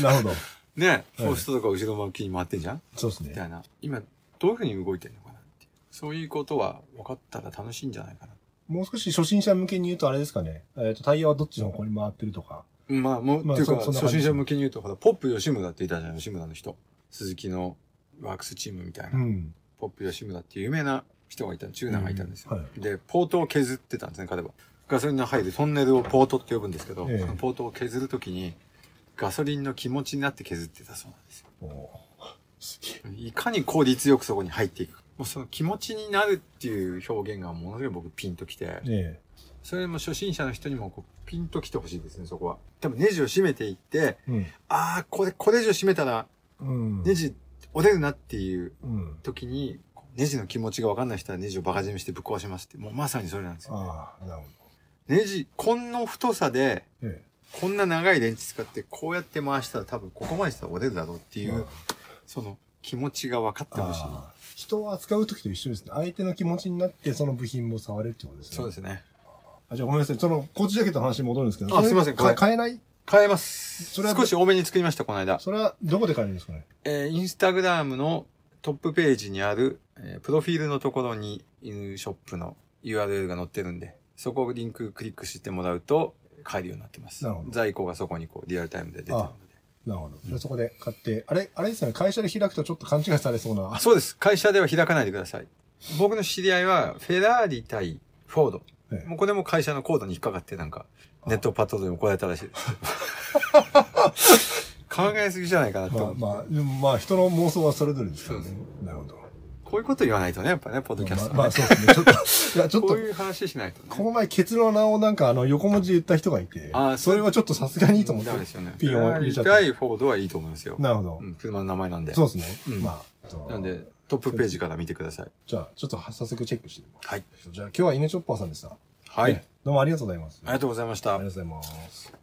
S2: なるほど。
S1: ねフォーストとか後ろ巻きに回ってんじゃん
S2: そうです
S1: みた
S2: ね。
S1: いな今どういうふうに動いてるのかなっていうそういうことは分かったら楽しいんじゃないかな
S2: もう少し初心者向けに言うとあれですかね。えっ、と、タイヤはどっちの方向に回ってるとか。
S1: まあ、もう、
S2: まあ
S1: っていうか、
S2: そそんな
S1: 初
S2: 感じ
S1: 心者向けに言うと、ほら、ポップ吉村っていたじゃん、吉村の人。鈴木のワークスチームみたいな。
S2: ん。
S1: ポップ吉村っていう有名な人がいた、チューナーがいたんですよ。
S2: うんは
S1: で、ポートを削ってたんですね、彼は。ガソリンの入るトンネルをポートって呼ぶんですけど、
S2: ええ
S1: そのポートを削るときに、ガソリンの気持ちになって削ってたそうなんですよ。
S2: おーすげえ。
S1: いかに効率よくそこに入っていくか。もうその気持ちになるっていう表現がものすごい僕ピンときて、
S2: え
S1: それも初心者の人にもこうピンと来てほしいですね、そこは。多分ネジを締めていって、
S2: うん。
S1: ああ、これ、これ以上締めたら、
S2: うん。
S1: ネジ折れるなっていう
S2: うん。
S1: 時に、こうネジの気持ちがわかんない人はネジをバカ締めしてぶっ壊しますって、もうまさにそれなんですよ。
S2: ああ、なるほ
S1: ネジ、こんな太さで、
S2: ど。え
S1: こんな長いレンチ使って、こうやって回したら多分ここまでしたら折れるだろうって
S2: え。
S1: いう、
S2: うん
S1: その気持ちが分かってほしい。
S2: ああ人を扱うときと一緒ですね。相手の気持ちになって、その部品も触れるってことですね。
S1: そうですね。
S2: あじゃあごめんなさい。その、コーチジャケットの話に戻るんですけど。
S1: あ
S2: それ
S1: すいません
S2: か
S1: ご
S2: 買えない
S1: 変えます。
S2: それは
S1: 少し多めに作りました、この間。
S2: それはどこで買えるんですかね
S1: えーインスタグラムのトップページにある、えープロフィールのところに犬ショップの URL が載ってるんで、そこをリンククリックしてもらうと買えるようになってます
S2: なるほ。ど
S1: 在庫がそこにこうリアルタイムで出てるので。
S2: なるほど。じゃあそこで買って、あれ、あれですよね。会社で開くとちょっと勘違いされそうな。
S1: あそうです。会社では開かないでください。僕の知り合いは、フェラーリ対フォード。
S2: ええ
S1: もうこれも会社のコードに引っかかって、なんか、ネットパトロールに怒られたらし いです。考えすぎじゃないかなと
S2: ま
S1: 思
S2: あ
S1: う。
S2: まあ、でもまあ人の妄想はそれぞれですからね
S1: そうで。
S2: なるほど。
S1: こういうこと言わないとね、やっぱね、ポッドキャスト
S2: まあ、ま
S1: は
S2: あ
S1: ね。
S2: そうですね。ち ょっと、いや、ちょっ
S1: ことう、いう話しないとね。
S2: この前、ケツの名をなんか、あの、横文字で言った人がいて、
S1: あーそう
S2: それはちょっとさすがにいいと思って
S1: ダメ、ですよね。フ
S2: ピン
S1: ェ
S2: を
S1: ラー
S2: 入れ
S1: リ
S2: ちゃった。
S1: 対フォードはいいと思いますよ。
S2: なるほど
S1: う。ん、車の名前なんで。
S2: そうですね。
S1: うん
S2: まあと、
S1: なんで、トップページから見てください。
S2: じゃあ、ちょっとは早速チェックしてみます。
S1: はい。
S2: じゃあ、今日は犬チョッパーさんでした。
S1: はい。
S2: ねどうもありがとうございます。
S1: ありがとうございました
S2: あり。がとうございます。